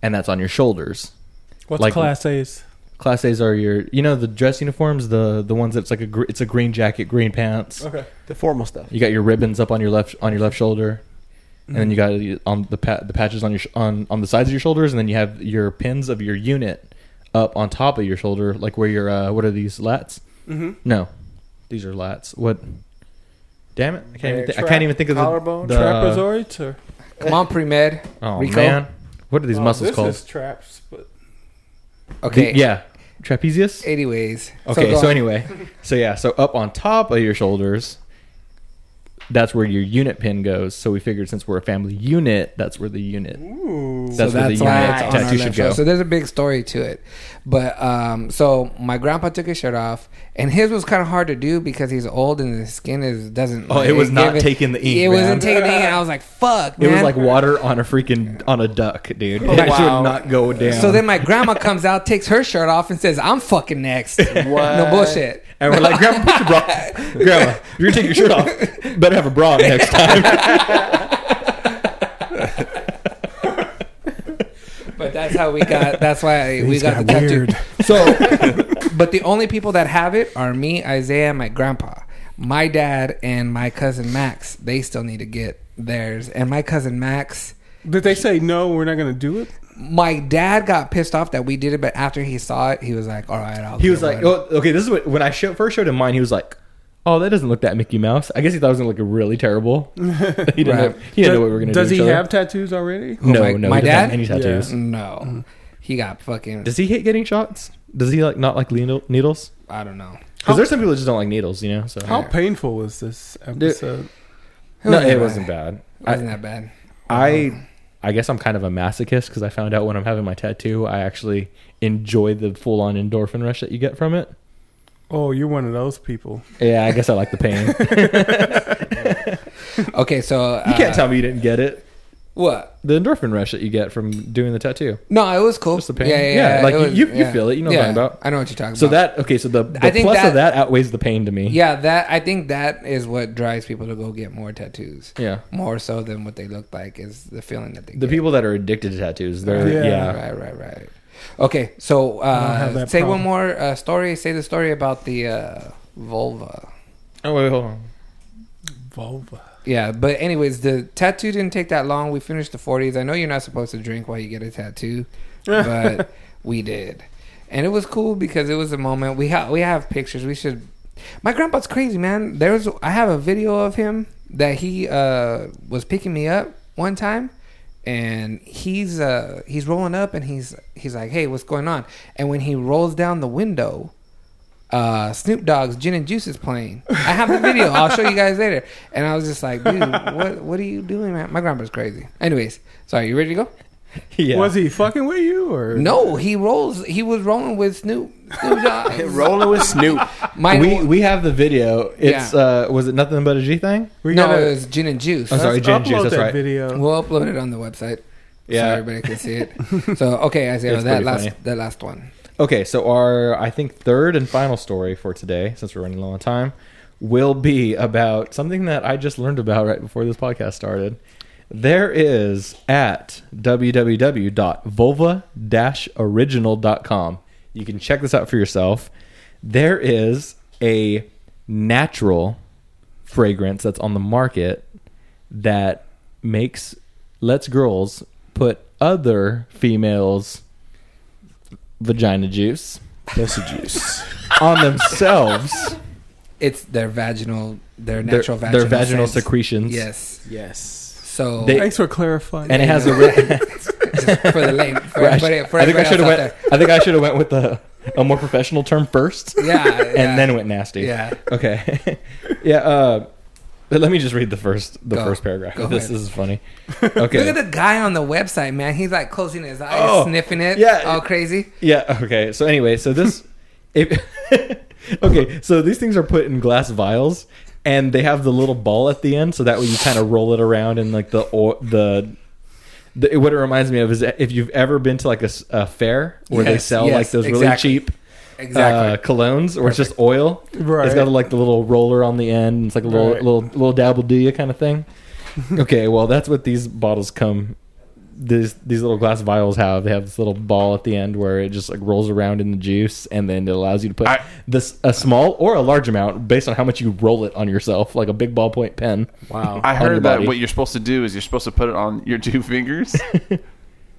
and that's on your shoulders.
What's
Like-
class A's?
Class A's are your, you know, the dress uniforms, the the ones that's like a, gr- it's a green jacket, green pants.
Okay.
The formal stuff.
You got your ribbons up on your left on your left shoulder, and then you got
Mm-hmm.
the- on the pa- the patches on your sh- on on the sides of your shoulders, and then you have your pins of your unit up on top of your shoulder, like where your uh, what are these lats?
Mhm.
No, these are lats. What? Damn it! I can't, even,
Uh,
thi- I can't even think of the
collarbone?
the-
Trapezoids or
Come on, pre med.
Oh
Rico?
man, what are these
Oh,
muscles
this
called?
Is traps, but
The-
Okay.
yeah, trapezius.
Anyways.
Okay,
go
so,
on.
anyway, so yeah, so up on top of your shoulders, that's where your unit pin goes. So we figured since we're a family unit, that's where the unit. That's
so
where
that's
the
why
unit
it's on our
tattoo should
left
go.
shoulder. So there's a big story to it. But um, so my grandpa took his shirt off, and his was kind of hard to do because he's old and his skin is doesn't.
Oh, it was
give
not taking the ink,
It
man.
wasn't taking the ink. I was like, "Fuck!"
it
Man.
was like water on a freaking on a duck, dude. it should not go down.
Oh, So then my grandma comes out, takes her shirt off, and says, "I'm fucking next." No bullshit.
and we're like, Grandma, put your bra. Grandma, if you're gonna take your shirt off. Better have a bra on next time.
But that's how we got. That's why we
Things
got,
got
the tattoo.
weird.
So, but the only people that have it are me, Isaiah, and my grandpa, my dad, and my cousin Max. They still need to get theirs, and my cousin Max.
did they say no? We're not going to do it.
My dad got pissed off that we did it, but after he saw it, he was like, "All right, I'll."
He was
get
like,
one."
oh, okay, this is what when I show, first showed him mine. He was like. Oh, that doesn't look that Mickey Mouse. I guess he thought it was gonna look really terrible. He didn't, know,
Right.
he didn't
Does-
know what we were gonna
Does
do. to each
he
other.
have tattoos already?
Who,
no,
my-
no,
my
he doesn't have
dad?
any tattoos. Mm-hmm.
"No." He got fucking.
Does he hate getting shots? Does he like not like needle- needles?
I don't know.
Because there's some people that just don't like needles, you know. So
How painful was this episode?
no,
wasn't
it
bad.
wasn't bad.
It wasn't
I,
that bad.
I I guess I'm kind of a masochist because I found out when I'm having my tattoo, I actually enjoy the full on endorphin rush that you get from it.
Oh, you're one of those people.
Yeah, I guess I like the pain.
Okay, so uh,
You can't tell me you didn't get it.
what.
The endorphin rush that you get from doing the tattoo.
No, it was cool.
Just the pain?
Yeah, yeah,
Yeah,
yeah,
like,
it
you-
was-
you- you feel it, you know what I'm
Yeah,
talking about.
I know what you're talking
So
about.
that okay, so the, the
I think
plus of
that-
that outweighs the pain to me.
yeah, that I think that is what drives people to go get more tattoos.
Yeah.
more so than what they look like is the feeling that they.
The
get.
people that are addicted to tattoos, they're
Yeah.
yeah.
Right, right, right. Okay, so
don't have
uh,
that
say one
problem.
more uh, story. Say the story about the uh, vulva.
Oh wait, hold on.
Vulva.
Yeah, but anyways, the tattoo didn't take that long. We finished the 40s. I know you're not supposed to drink while you get a tattoo, but we did, and it was cool because it was a moment. We have we have pictures. We should. My grandpa's crazy, man. There's I have a video of him that he uh, was picking me up one time, and he's uh, he's rolling up and he's he's like, hey, what's going on? And when he rolls down the window, uh, Snoop Dogg's Gin and Juice is playing. I have the video. I'll show you guys later. And I was just like, dude, what what are you doing, man? My grandpa's crazy. Anyways, sorry, you ready to go?
Yeah.
Was he fucking with you or
No, he rolls. He was rolling with Snoop. Snoop Dogg.
Rolling with Snoop.
My,
we we have the video. It's uh was it nothing but a G thing?
We
no,
gotta-
it was Gin and Juice.
I'm sorry,
let's
Gin and Juice,
upload
that's
that
right.
Video.
We'll upload it on the website.
Yeah.
so everybody can see it. So okay, Isaiah,
It's
that
pretty
last
funny.
that last one.
Okay, so our I think third and final story for today, since we're running low on time, will be about something that I just learned about right before this podcast started. There is at www.vulva-original.com. You can check this out for yourself. There is a natural fragrance that's on the market that makes lets girls put other females vagina juice
Pussy juice.
on themselves
It's their vaginal, their
their,
natural vaginal,
their vaginal
sense.
secretions
Yes.
Yes.
So
They-
Thanks for clarifying.
and it has a red
for the lame, for
I,
everybody, for
think I
everybody else
should have
out
went
there.
i think i should have went with the a more professional term first
Yeah,
and
yeah.
then went nasty
Yeah.
okay yeah uh but let me just read the first the
Go.
first paragraph
Go
this
ahead.
is funny okay
Look at the guy on the website, man. He's like closing his eyes,
Oh,
sniffing it,
yeah.
all crazy.
Yeah. Okay. So anyway, so this, if, okay, so these things are put in glass vials, and they have the little ball at the end, so that way you kind of roll it around and like the or, the. The, what it reminds me of is if you've ever been to like a, s- a fair where they
Yes,
sell
yes,
like those really
exactly.
cheap
Exactly.
uh, colognes or it's just oil, it's
Right.
got like the little roller on the end. and It's like a little
Right.
little little dabble do you kind of thing. okay, well that's what these bottles come these these little glass vials have. They have this little ball at the end where it just like rolls around in the juice, and then it allows you to put
I-
this a small or a large amount based on how much you roll it on yourself, like a big ballpoint pen.
Wow.
I
on your
heard that
body.
what you're supposed to do is you're supposed to put it on your two fingers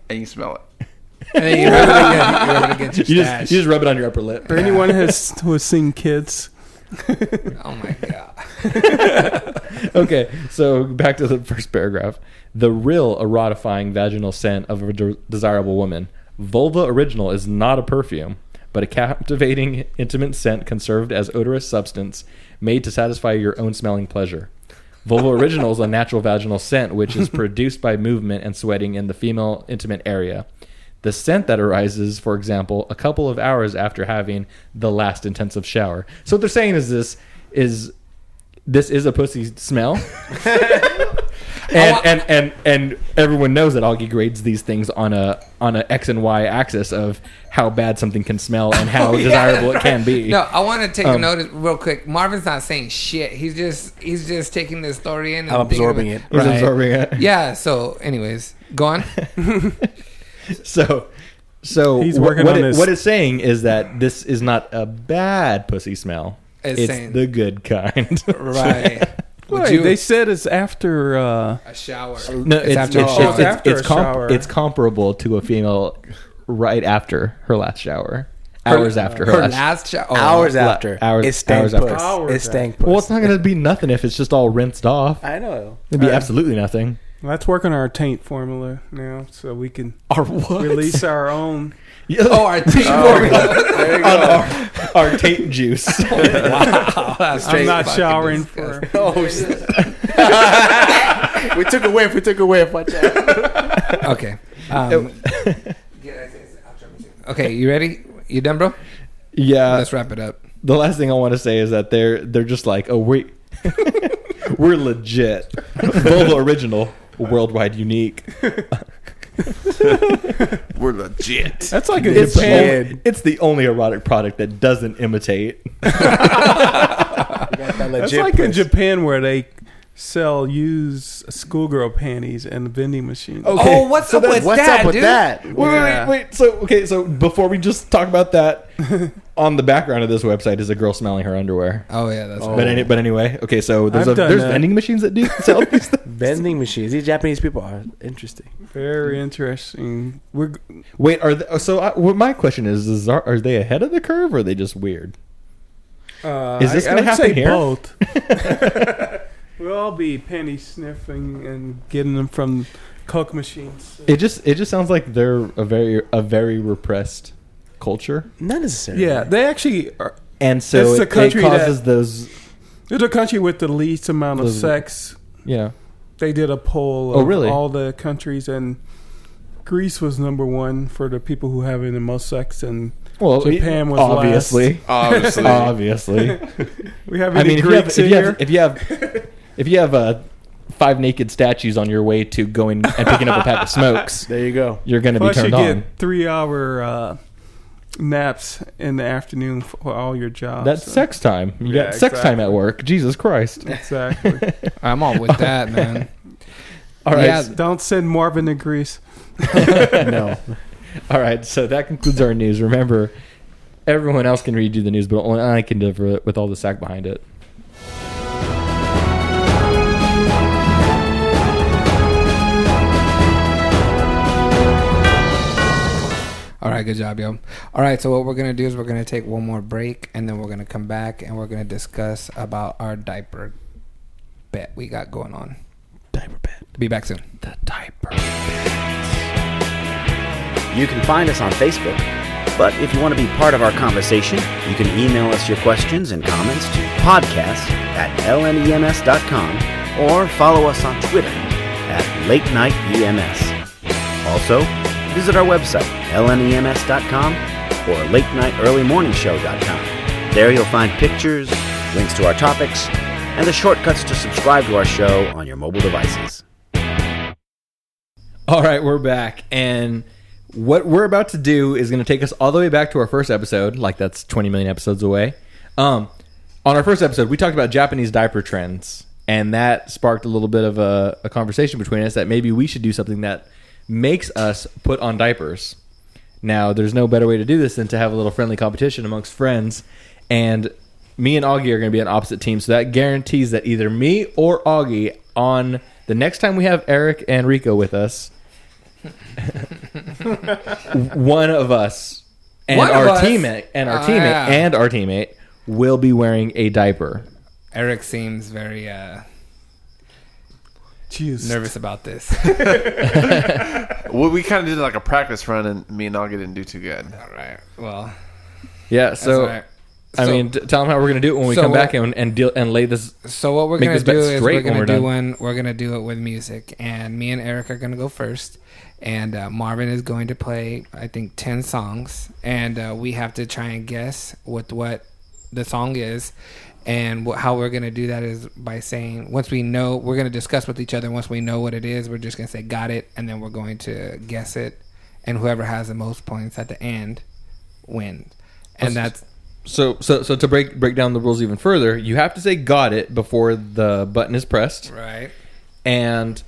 and you smell it.
And then you rub it again. You rub it against your
You
stash.
just, you just rub it on your upper lip.
for anyone has who has seen kids.
oh my god.
okay, so back to the first paragraph. The real erotifying vaginal scent of a de- desirable woman. Vulva Original is not a perfume, but a captivating, intimate scent conserved as odorous substance made to satisfy your own smelling pleasure. Vulva Original is a natural vaginal scent which is produced by movement and sweating in the female intimate area. The scent that arises, for example, a couple of hours after having the last intensive shower. So what they're saying is this is this is a pussy smell. and, and and and everyone knows that Augie grades these things on a on a X and Y axis of how bad something can smell and how desirable it can be.
No, I want to take a
Um,
notice real quick. Marvin's not saying shit. He's just he's just taking this story in. And
I'm
thinking
absorbing
about-
it.
He's absorbing it.
Yeah. So, anyways, go on.
So so
He's
wh-
working
what,
on
it-
his-
what it's saying is that this is not a bad pussy smell.
It's
It's,
saying-
the good kind.
Right. Would
Wait,
you
they said it's after. Uh,
a shower?
No, it's,
after
after
a
it's,
shower.
it's, it's,
After
it's
a
comp-
shower.
it's comparable to a female right after her last shower. Hours after her,
Her
last
last oh, shower.
Hours
la-
after.
hours-
It's stank
hours after.
puss.
Hours
It's stank
Well, it's
puss.
not going to be nothing if it's just all rinsed off.
I know.
It'd be absolutely nothing.
let's work on our taint formula now, so we can
Our what?
release our own.
Oh, our teeth.
on
Oh,
our, our taint juice. Oh,
I'm not showering for.
Oh, shit. we took a whiff. We took a whiff. Watch out.
Okay. Um, okay, you ready? You done, bro?
yeah.
Let's wrap it up.
The last thing I want to say is that they're they're just like, oh wait, We're legit. Volvo original, worldwide unique.
We're legit.
That's like an it's, the
Japan.
only, it's the only erotic product that doesn't imitate.
That
That's
legit
like in
place.
Japan where they sell used schoolgirl panties and vending machines.
Oh,
Oh, what's
so
up
then
with
what's
that,
up with
dude?
that?
Wait,
Yeah.
wait, wait, wait. So, okay, so before we just talk about that, on the background of this website is a girl smelling her underwear.
Oh yeah, that's
But, any, but anyway, okay, so there's,
I've
a,
done
there's
that.
vending machines that do sell these things.
Vending machines. These Japanese people are interesting.
Very interesting. We're g-
Wait, are they, so? I, well, my question is: is are, are they ahead of the curve, or are they just weird?
uh,
Is this
I- I
gonna
would
happen
say
here?
Both. we'll all be panty sniffing and getting them from coke machines.
It just it just sounds like they're a very a very repressed culture,
Not necessarily.
Yeah, they actually are.
and so
It's
it,
the country
it causes those.
They're the country with the least amount of
Those-
sex.
Yeah,
They did a poll of
Oh, really?
all the countries, and Greece was number one for the people who have the most sex. And
well,
Japan was
obviously,
Obviously.
obviously.
we have
I
any
mean, if you, have,
Greeks
if you
in
have if you have if you have uh, five naked statues on your way to going and picking up a pack of smokes,
There you go.
you're going to be
Plus, you
turned on.
get three-hour uh, naps in the afternoon for all your jobs.
That's sex time. You
Yeah,
got sex time at work. Jesus Christ!
Exactly.
I'm all with that, man.
All right,
Yeah.
Don't send Marvin to Greece.
no. All right, so that concludes our news. Remember, everyone else can read you the news, but only I can deliver it with all the sack behind it.
All right, good job, yo. All right, so what we're gonna do is we're gonna take one more break, and then we're gonna come back and we're gonna discuss about our diaper bet we got going on.
Diaper bet.
Be back soon.
The diaper.
You can find us on Facebook. But if you want to be part of our conversation, you can email us your questions and comments to podcast at E lnems.com or follow us on Twitter at late night EMS. Also, visit our website, E lnems.com or late night early morning show.com. There you'll find pictures, links to our topics, and the shortcuts to subscribe to our show on your mobile devices.
All right, we're back, and what we're about to do is going to take us all the way back to our first episode. Like that's 20 million episodes away. Um, on our first episode, we talked about Japanese diaper trends, and that sparked a little bit of a, a conversation between us that maybe we should do something that makes us put on diapers. Now, there's no better way to do this than to have a little friendly competition amongst friends. And me and Augie are going to be on opposite teams, so that guarantees that either me or Augie on the next time we have Eric and Rico with us, one of us and
One of
our
us?
teammate and our
Oh,
teammate
yeah.
and our teammate will be wearing a diaper.
Eric seems very uh,
Jeez.
nervous about this.
Well, we kind of did like a practice run, and me and Augie didn't do too good.
all right, well,
Yeah,
that's
so
all right.
I
So-
mean, t- tell them how we're going to do it when we
So
come
what-
back and and, deal, and lay this.
So what we're
Make
gonna
this bet
do is
straight
we're
when
gonna
we're
do
done.
one. We're gonna do it with music, and me and Eric are gonna go first. And uh, Marvin is going to play, I think, ten songs, and uh, we have to try and guess with what the song is. And wh- how we're gonna do that is by saying once we know, we're gonna discuss with each other. Once we know what it is, we're just gonna say "got it," and then we're going to guess it. And whoever has the most points at the end wins. And that's
So so so to break break down the rules even further, you have to say "got it" before the button is pressed.
right.
and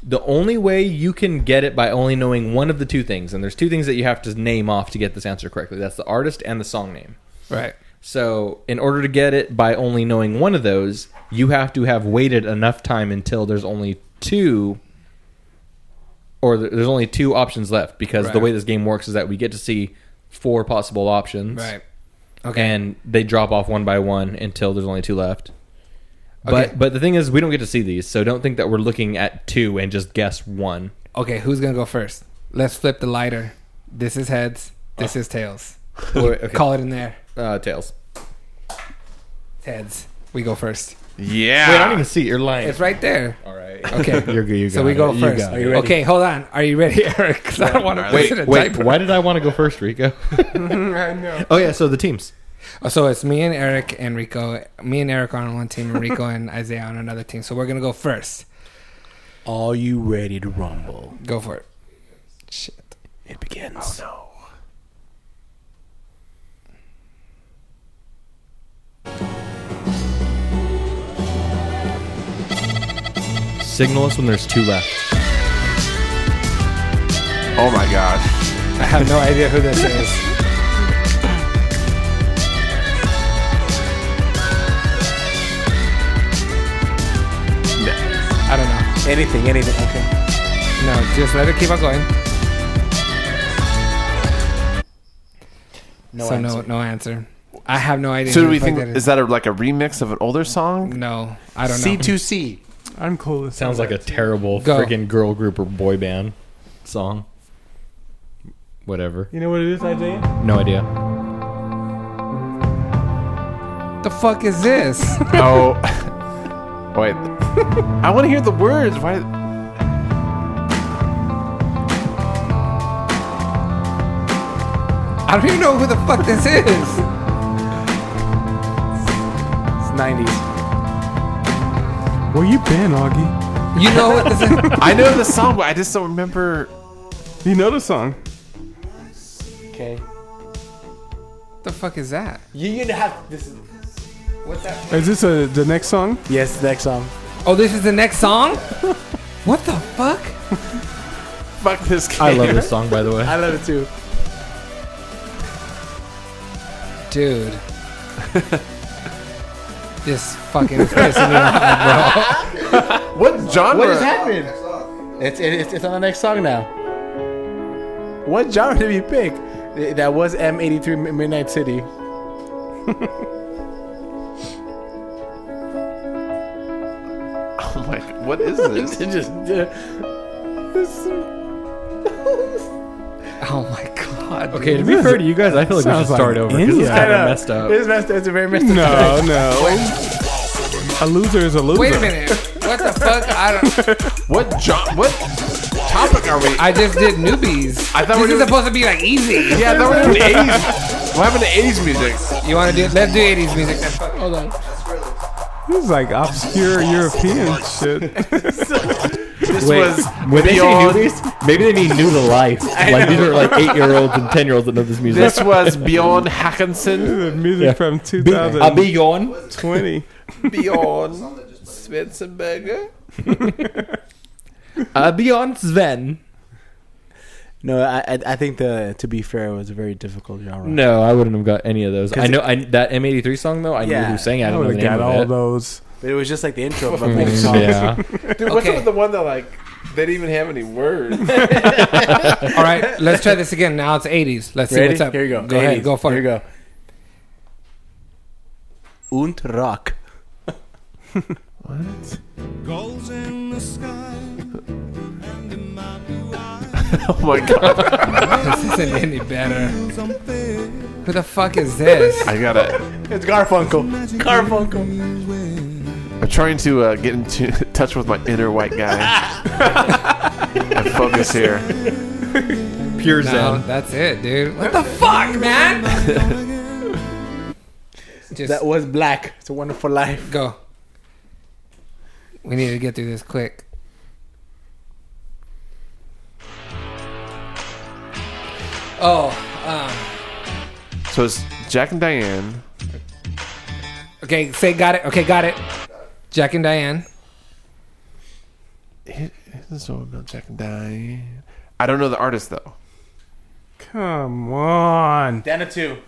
the only way you can get it by only knowing one of the two things and there's two things that you have to name off to get this answer correctly that's the artist and the song name
Right.
so in order to get it by only knowing one of those you have to have waited enough time until there's only two or th- there's only two options left because the
Right.
way this game works is that we get to see four possible options
Right.
and they drop off one by one until there's only two left.
Okay.
But but the thing is, we don't get to see these, so don't think that we're looking at two and just guess one.
Okay, who's gonna go first? Let's flip the lighter. This is heads. This is tails.
Ah. okay.
Call it in there.
uh, tails.
It's heads. We go first.
Yeah.
see it. You're lying.
It's right there.
All right.
Okay.
You're good. You
so we go first.
it. Are you ready?
Okay, hold on. Are you ready, Eric? 'Cause I don't want to
Wait, wait. Why did I want to go first, Rico?
I know.
oh yeah. So the teams.
Oh, so it's me and Eric and Rico. Me and Eric are on one team, and Rico and Isaiah on another team. So we're gonna go first.
Are you ready to rumble?
Go for it.
It begins.
Signal us when there's two left.
Oh my gosh.
I have no idea who this is. I don't know.
Anything, anything. Okay.
No, just let it keep on going.
No
so
answer.
no, no answer. I have no idea.
So
who
do we
the fuck
think is that a, like a remix of an older song?
No, I don't know.
C2C.
I'm cool. With
Sounds like a terrible
Go.
freaking girl group or boy band song. Whatever.
You know what it is, Isaiah?
No idea.
the fuck is this?
Oh, wait. I want to hear the words. Why?
I don't even know who the fuck this is.
It's 90s.
Where you been, Augie?
You know what this is?
I know the song, but I just don't remember.
You know the song.
Okay.
the fuck is that?
You, you have this. Is,
What's that?
Is this a, the next song?
yes, next song.
Oh, this is the next song? What the fuck?
Fuck this game.
I love this song, by the way.
I love it too.
Dude. this fucking is pissing me off, bro.
What genre?
What just happened? It's, it's, it's on the next song now. What genre did you pick? Th- That was M83 M- Midnight City.
Oh my, God, what is this?
It just.
Oh my god.
Okay, to be fair to you guys, I feel like we should
Sounds like
start over because it's
India.
kind of messed up.
It's messed up. It's a very messed up.
No, no. A loser is a loser.
Wait a minute. What the fuck? I don't.
What genre? What topic are we?
I just did newbies.
I thought
this
we
is
were-
supposed to be like easy.
Yeah, that was the eighties. What happened to eighties music?
You want to do? Let's do 80s music. Then. Fuck, Hold on.
This is like obscure European shit.
This
Wait,
was
when they say
beyond-
newbies, maybe they mean new to life. Like these are like eight year olds and ten year olds that know this music.
This was beyond Hackinson.
The music
Yeah.
from
Be- uh, I'll be
2020.
gone.
Beyond Schwarzenegger.
I'll be on Uh, Sven.
No, I, I I think the to be fair it was a very difficult genre.
No, I wouldn't have got any of those.
'Cause
I know I, that M83 song though. I
Yeah.
knew who sang. it. I
I
don't know
would
the name
have got
of
all
it.
those.
but it was just like the intro of a
Mm,
big song.
yeah.
Dude, what's up
Okay.
with the one that like they didn't even have any words?
All right, let's try this again. Now it's 80s. Let's see
Ready?
what's up.
Here you go.
Go ahead.
80s.
Go for
Here
it.
you go. Und Rock.
oh my god!
This isn't any better. Who the fuck is this?
I gotta.
It's Garfunkel. Garfunkel.
I'm trying to uh, get into touch with my inner white guy and focus here.
Pure
No,
Zen.
that's it, dude. What the fuck, man? Just
That was Black. It's a Wonderful Life.
go. We need to get through this quick. Oh, um,
So it's Jack and Diane.
okay. Say, got it. Okay, got it. Jack and Diane.
This one about Jack and Diane. I don't know the artist though.
Come on.
Dana 2.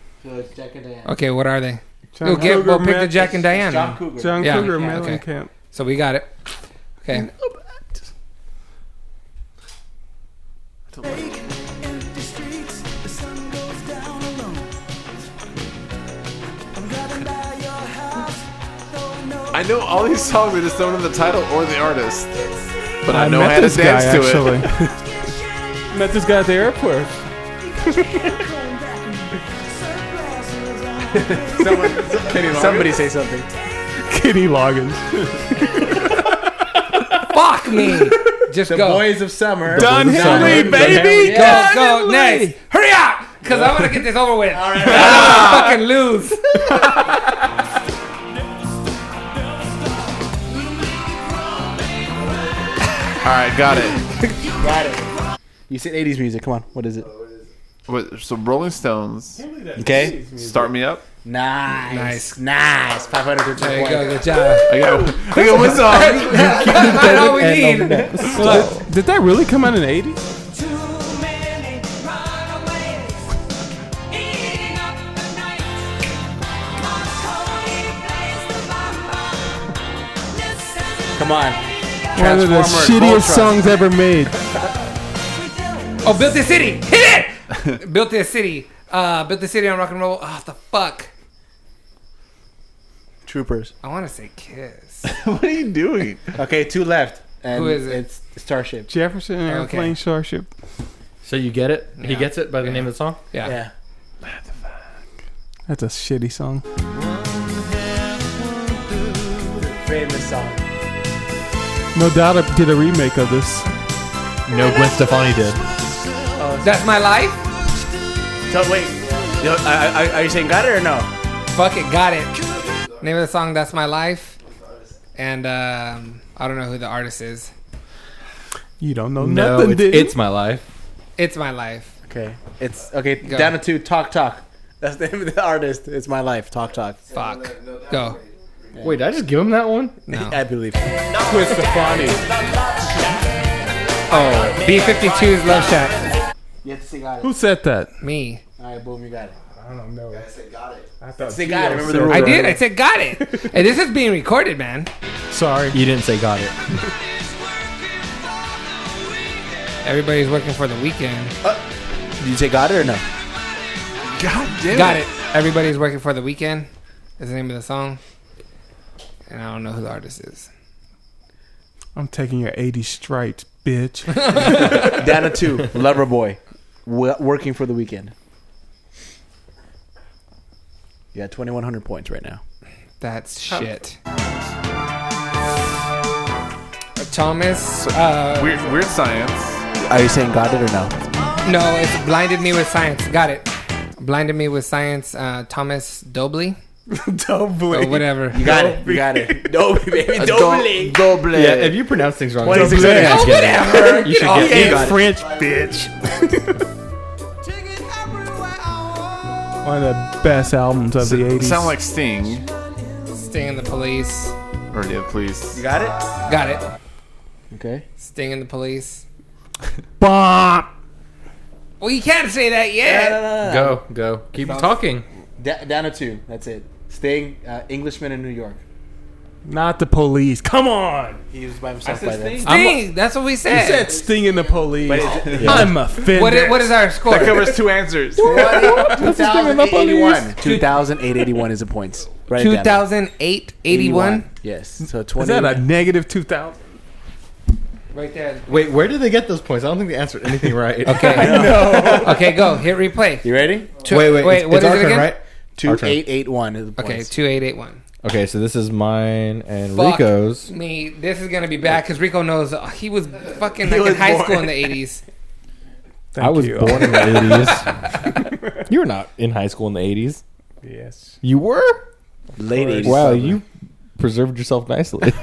Okay, what are they?
John
Ooh, get, well, pick the
Mellencamp.
Jack and Diane.
John
then.
Cougar.
John
Yeah,
Cougar
yeah, okay.
Mellencamp.
So we got it. Okay.
I know all these songs. I just don't know the title or the artist. But I, know
met
how to
this
dance
guy,
to
actually.
it.
met this guy at the airport.
Somebody say something.
Kitty Loggins.
Fuck me. Just
The
go.
Boys of Summer.
Don
Boys of Summer.
Henley,
Don Henley.
baby.
Go, go, next. Hurry up. Because I want to get this over with. All right. fucking lose.
All right, got it.
You said 80s music. Come on. What is it?
Wait, So Rolling Stones,
Okay.
start me up.
Nice. Nice. Nice. 500
There you go. Good job.
I got, I got one song.
That's not all we need.
Well, did that really come out in the 80s?
Come on.
One of the
Transformers,
shittiest
Voltron.
songs ever made.
Oh, built this city. Hit it. built this city. Uh, built this city on rock and roll. Ah, the fuck.
Troopers.
I want to say kiss.
What are you doing?
Okay, two left. And
Who is it?
It's Starship.
Jefferson Airplane Starship.
So you get it? He
Yeah.
gets it by the
Yeah.
name of the song?
Yeah.
Yeah.
That's a shitty song.
Famous song.
No doubt I did a remake of this.
No, Gwen Stefani did.
That's my life.
So wait, you know, I- I- are you saying got it or no?
Fuck it. Got it. Name of the song. That's my life. And um, I don't know who the artist is.
You don't know
No,
nothing,
it's,
did you?
it's my life.
It's my life.
Okay, it's okay.
Go.
Down to two. Talk talk. That's the name of the artist. It's my life. Talk talk.
Fuck. Go.
Wait, did I just give him that one?
No.
I believe. Chris Stefani.
Oh, B52's Love Shack.
You have to say got it.
Who said that?
Me.
All right, boom, you got it.
I don't know. I
Say got it. Remember the
I
rule.
did. I said, got it. hey, this is being recorded, man.
Sorry.
You didn't say got it.
Everybody's working for the weekend.
Did you say got it or no?
God damn
Got it. Everybody's working for the weekend. Is the name of the song. And I don't know who the artist is.
I'm taking your 80s stripes, bitch.
Down to two. Loverboy. W- working for the weekend. You got 2,100 points right now.
That's shit. Uh, Thomas. Uh,
Weird, weird science.
Are you saying got it or no?
no, it's blinded me with science. Got it. Blinded me with science. Uh, Thomas Dobley
Don't
or
believe.
whatever.
You got it. You got it. Uh, Doble, baby. Doble.
Doble.
Yeah, if you pronounce things wrong,
Twenty-six
you
seconds.
Oh,
should get it. You should get it.
Okay,
French, bitch. One of the best albums of the 80s.
sound like Sting.
Sting and the Police.
Or yeah, please.
You got
Got it.
it. Okay.
Sting and the Police.
Bonk.
Well, you can't say that yet.
Go, go. Keep talking.
Da- down to two. That's it. Staying uh, Englishman in New York.
Not the police. Come on.
He was by himself by then.
Sting. that's what we said.
You said Sting and the police. I'm offended.
what, i- what is our score?
That covers two answers.
2,881. 2,881 is the points. Right
2008 81.
Yes. So
Is
20.
that a negative 2000?
Right there.
Wait, where did they get those points? I don't think they answered anything right.
Okay. Okay, go. Hit replay.
you ready?
Wait, wait,
Wait,
it's,
what
it's
is
our
it
turn,
again?
right? Our turn.
2,881 is the
Okay,
points.
2881.
Okay, so this is mine and
Fuck.
Rico's.
Me, this is going to be bad because Rico knows uh, he was fucking
He
like in
was
high
born.
school in the 80s.
Thank
I was
you.
born in the 80s. you were not in high school in the 80s.
Yes.
You were?
Late 80s.
Wow, you preserved yourself nicely.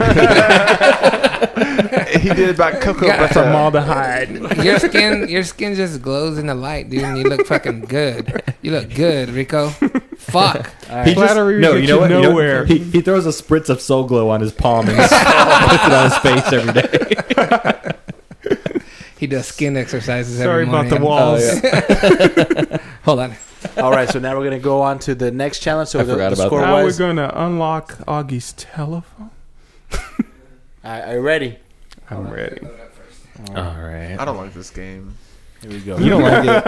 he did about Coco
Yeah.
Butter.
Formaldehyde.
Your skin your skin just glows in the light, dude, and you look fucking good. You look good, Rico. Fuck.
He
Flattery will get you
know-
nowhere.
he, he throws a spritz of Soul Glow on his palm and puts it on his face every day.
He does skin exercises every
Sorry about
morning.
the walls.
Hold on.
All right, so now we're going to go on to the next challenge. So
I
the,
forgot
the
about
score
Now we're
was.
going to unlock Augie's telephone.
All right, are you ready?
I'm ready.
All right.
I don't like this game.
Here we go.
You don't like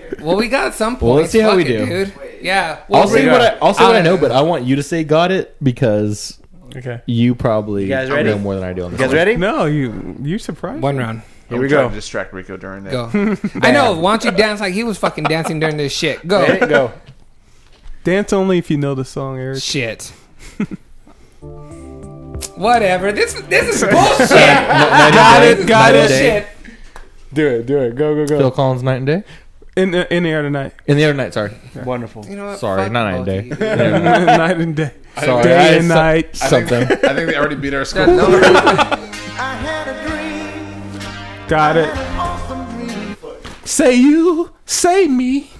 it.
Well, we got some points.
Well, let's see how
Fuck
we
it,
do.
dude. Yeah. Well,
I'll say
Rico-
what I, I'll say what I
I'll-
know, but I want you to say got it because
Okay.
you probably
You guys ready?
know more than I do on
You
this.
guys
one.
ready?
No, you you surprised.
One
me.
round.
Here we
I'm trying
go.
To distract Rico during that.
Go. I know. Why don't you dance like he was fucking dancing during this shit? Go.
Ready? Go.
Dance only if you know the song, Eric.
Shit. Whatever. This this is bullshit. got
Night and day.
Bullshit.
Do it. Do it. Go, go,
Phil
go.
Collins, Night and Day.
in the, in the air tonight.
In the other night, sorry.
Wonderful.
You know what?
Sorry,
Fuck
not night and
both
day.
of you.
night and day.
Sorry,
Day
I-
and
so-
night.
Something.
I think they already beat our score.
That number-
Got it. Say you, say me.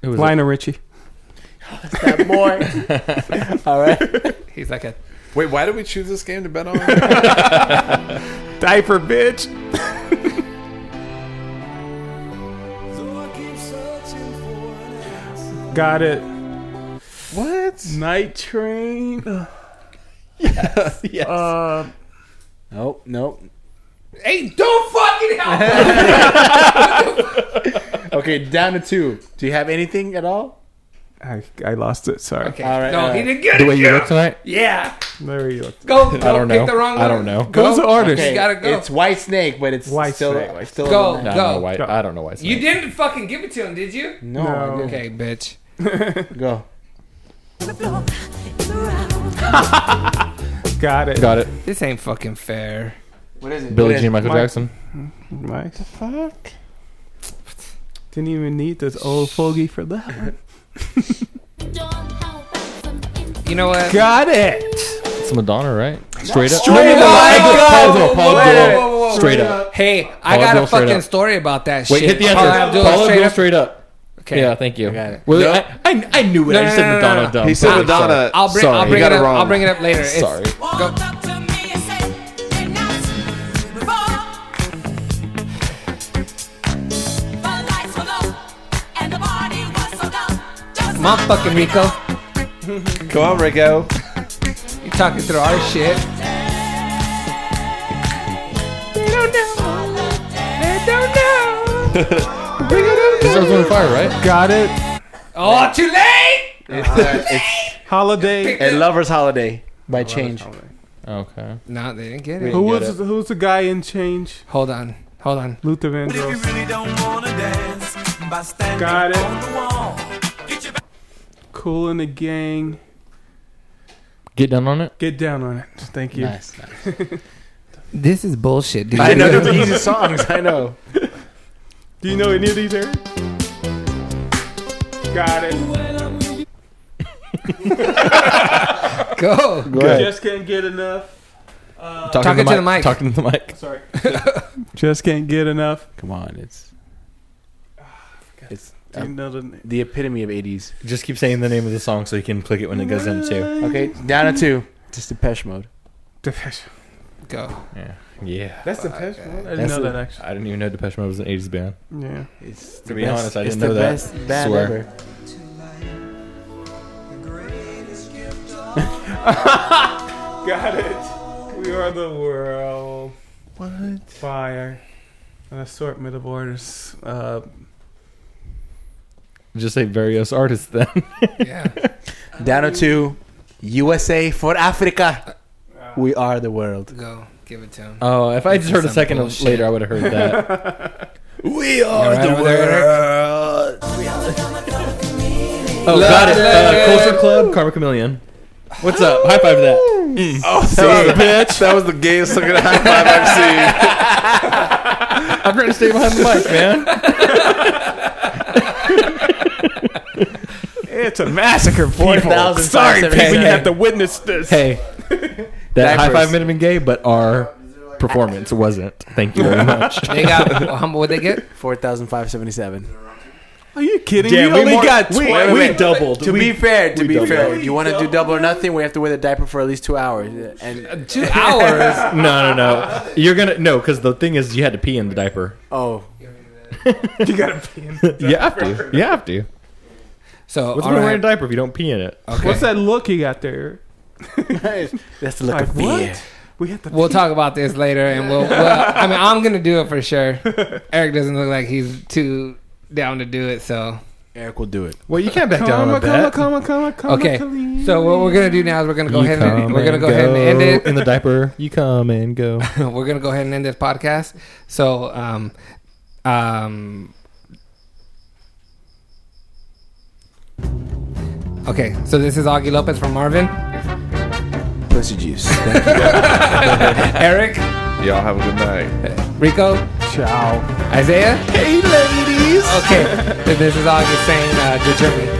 Who was it?
Lionel Richie.
That boy. All right.
He's like a
Wait, why did we choose this game to bet on?
Diaper bitch. Got it.
what?
Night train.
Yes.
Uh,
Nope. Oh, Nope.
Hey, don't fucking help!
Okay, down to two. Do you have anything at all?
I, I lost it. Sorry. Uh,
okay.
All right,
no,
all right.
he didn't get
The
it.
way you look tonight?
Yeah.
There you go.
Go, go
I don't
pick
know.
the wrong one.
I don't know.
Go.
Who's the artist?
Okay,
You gotta go.
It's White Snake, but it's
White
still
Snake.
it's still
Go.
in
I
there.
don't know why.
Go.
I don't know why. It's
You
not.
didn't fucking give it to him, did you?
No,
No.
I
Oh, Okay, bitch.
Got it.
Got it.
This ain't fucking fair.
What is it?
Billie Jean, Michael
Mike-
Jackson.
Nice. fuck? Didn't even need this old fogey for that one.
You know what?
Got it.
It's Madonna, right? Straight up.
Straight
No, no, no,
up.
Whoa,
no, Paul Abdul,
whoa,
Paul
whoa,
Abdul.
whoa, whoa, whoa.
Straight up.
Hey, I
Paul
got
Abdul,
a
straight
fucking
up.
story about that
Wait,
shit.
hit the
Paul Abdul,
answer. Paul
straight
Abdul,
up.
straight up.
Okay.
Yeah, thank you.
got it.
Well,
No.
I, I, I knew it.
No,
I
no,
said
no, no,
Madonna.
no.
Dumb.
He said
Sorry,
Madonna.
I'll bring,
Sorry,
I'll
you
bring it
got
up.
wrong.
I'll bring it up later. It's-
Sorry. Sorry.
Go. Come on, fucking Rico.
Come on, Rico.
You talking through our shit.
This was on fire, right?
Got it.
Oh, too late!
Holiday.
A Lover's Holiday by Change.
Okay.
No, they didn't get it.
Who
Didn't get
was who's the guy in change?
Hold on. Hold on.
Luther Vandross. Got it. Cool in the gang.
Get down on it.
Get down on it. Thank you.
Nice. nice.
This is bullshit, dude.
I know those are easy songs. I know.
Do you know any of these, Eric? Got it.
Go.
Just can't get enough. Uh,
Talking to the mic.
Talking to the mic.
Sorry. Just can't get enough. Ah,
Come on, it's it's
Do you know the name?
the epitome of '80s.
Just keep saying the name of the song so you can click it when it goes in too.
Okay, down to two. Just Depeche Mode.
Depeche.
Go.
Yeah.
That's Depeche. Mode? I didn't
That's
know
the-
that actually.
I didn't even know Depeche Mode was an 80s band.
Yeah.
It's
To be honest, I didn't know that.
It's the best band
Swear.
ever.
Got it. We are the world. What? Fire. An assortment of orders. Uh,
Just say various artists then.
Yeah.
Down to two. USA for Africa. We are the world.
Go. Give it to him.
Oh, if I just heard a
Some
second
bullshit.
later, I would have heard that.
We are
right over there,
world.
oh, got it. Uh, Culture Club, Karma Chameleon. What's up? High five to that.
Oh, that was, bitch. that was the gayest looking high five I've
I'm
seen.
trying to stay behind the mic, man.
it's a massacre, people.
4,577.
Sorry, people, you have to witness this.
Hey, that high
Diapers.
five might have been gay, but our performance wasn't. Thank you very much.
They got, how what they get?
4,577.
Are you kidding?
Yeah,
we,
we
only
more-
got
we-
twenty.
we doubled.
To
We-
be fair, to
we
be
doubled.
fair, you want to do double or nothing, we have to wear the diaper for at least two hours. And
Two hours.
No, no, no. You're gonna no, because the thing is, you had to pee in the diaper.
oh,
you gotta pee in the
You have to. You have to.
So,
What's
all
going to wear a
right.
diaper if you don't pee in it?
Okay.
What's that look you got there?
that's the look
Like,
of
what?
fear.
We have to.
We'll talk about this later, and we'll. we'll I mean, I'm gonna do it for sure. Eric doesn't look like he's too down to do it, so
Eric will do it.
Well, you can't back down
Come
on
on, come on,
that.
come on, come on, come on,
okay.
Khalid.
So what we're gonna do now is we're gonna go
You
ahead
come
and we're gonna
and
go, ahead and end
in the diaper. You come and go.
it. we're gonna go ahead and end this podcast. So, um, um. Okay, so this is Augie Lopez from Marvin.
Pussy juice.
Eric,
Y'all have a good night.
Rico,
Ciao.
Isaiah.
Hey, ladies.
please?
Okay, this is August saying uh, good journey.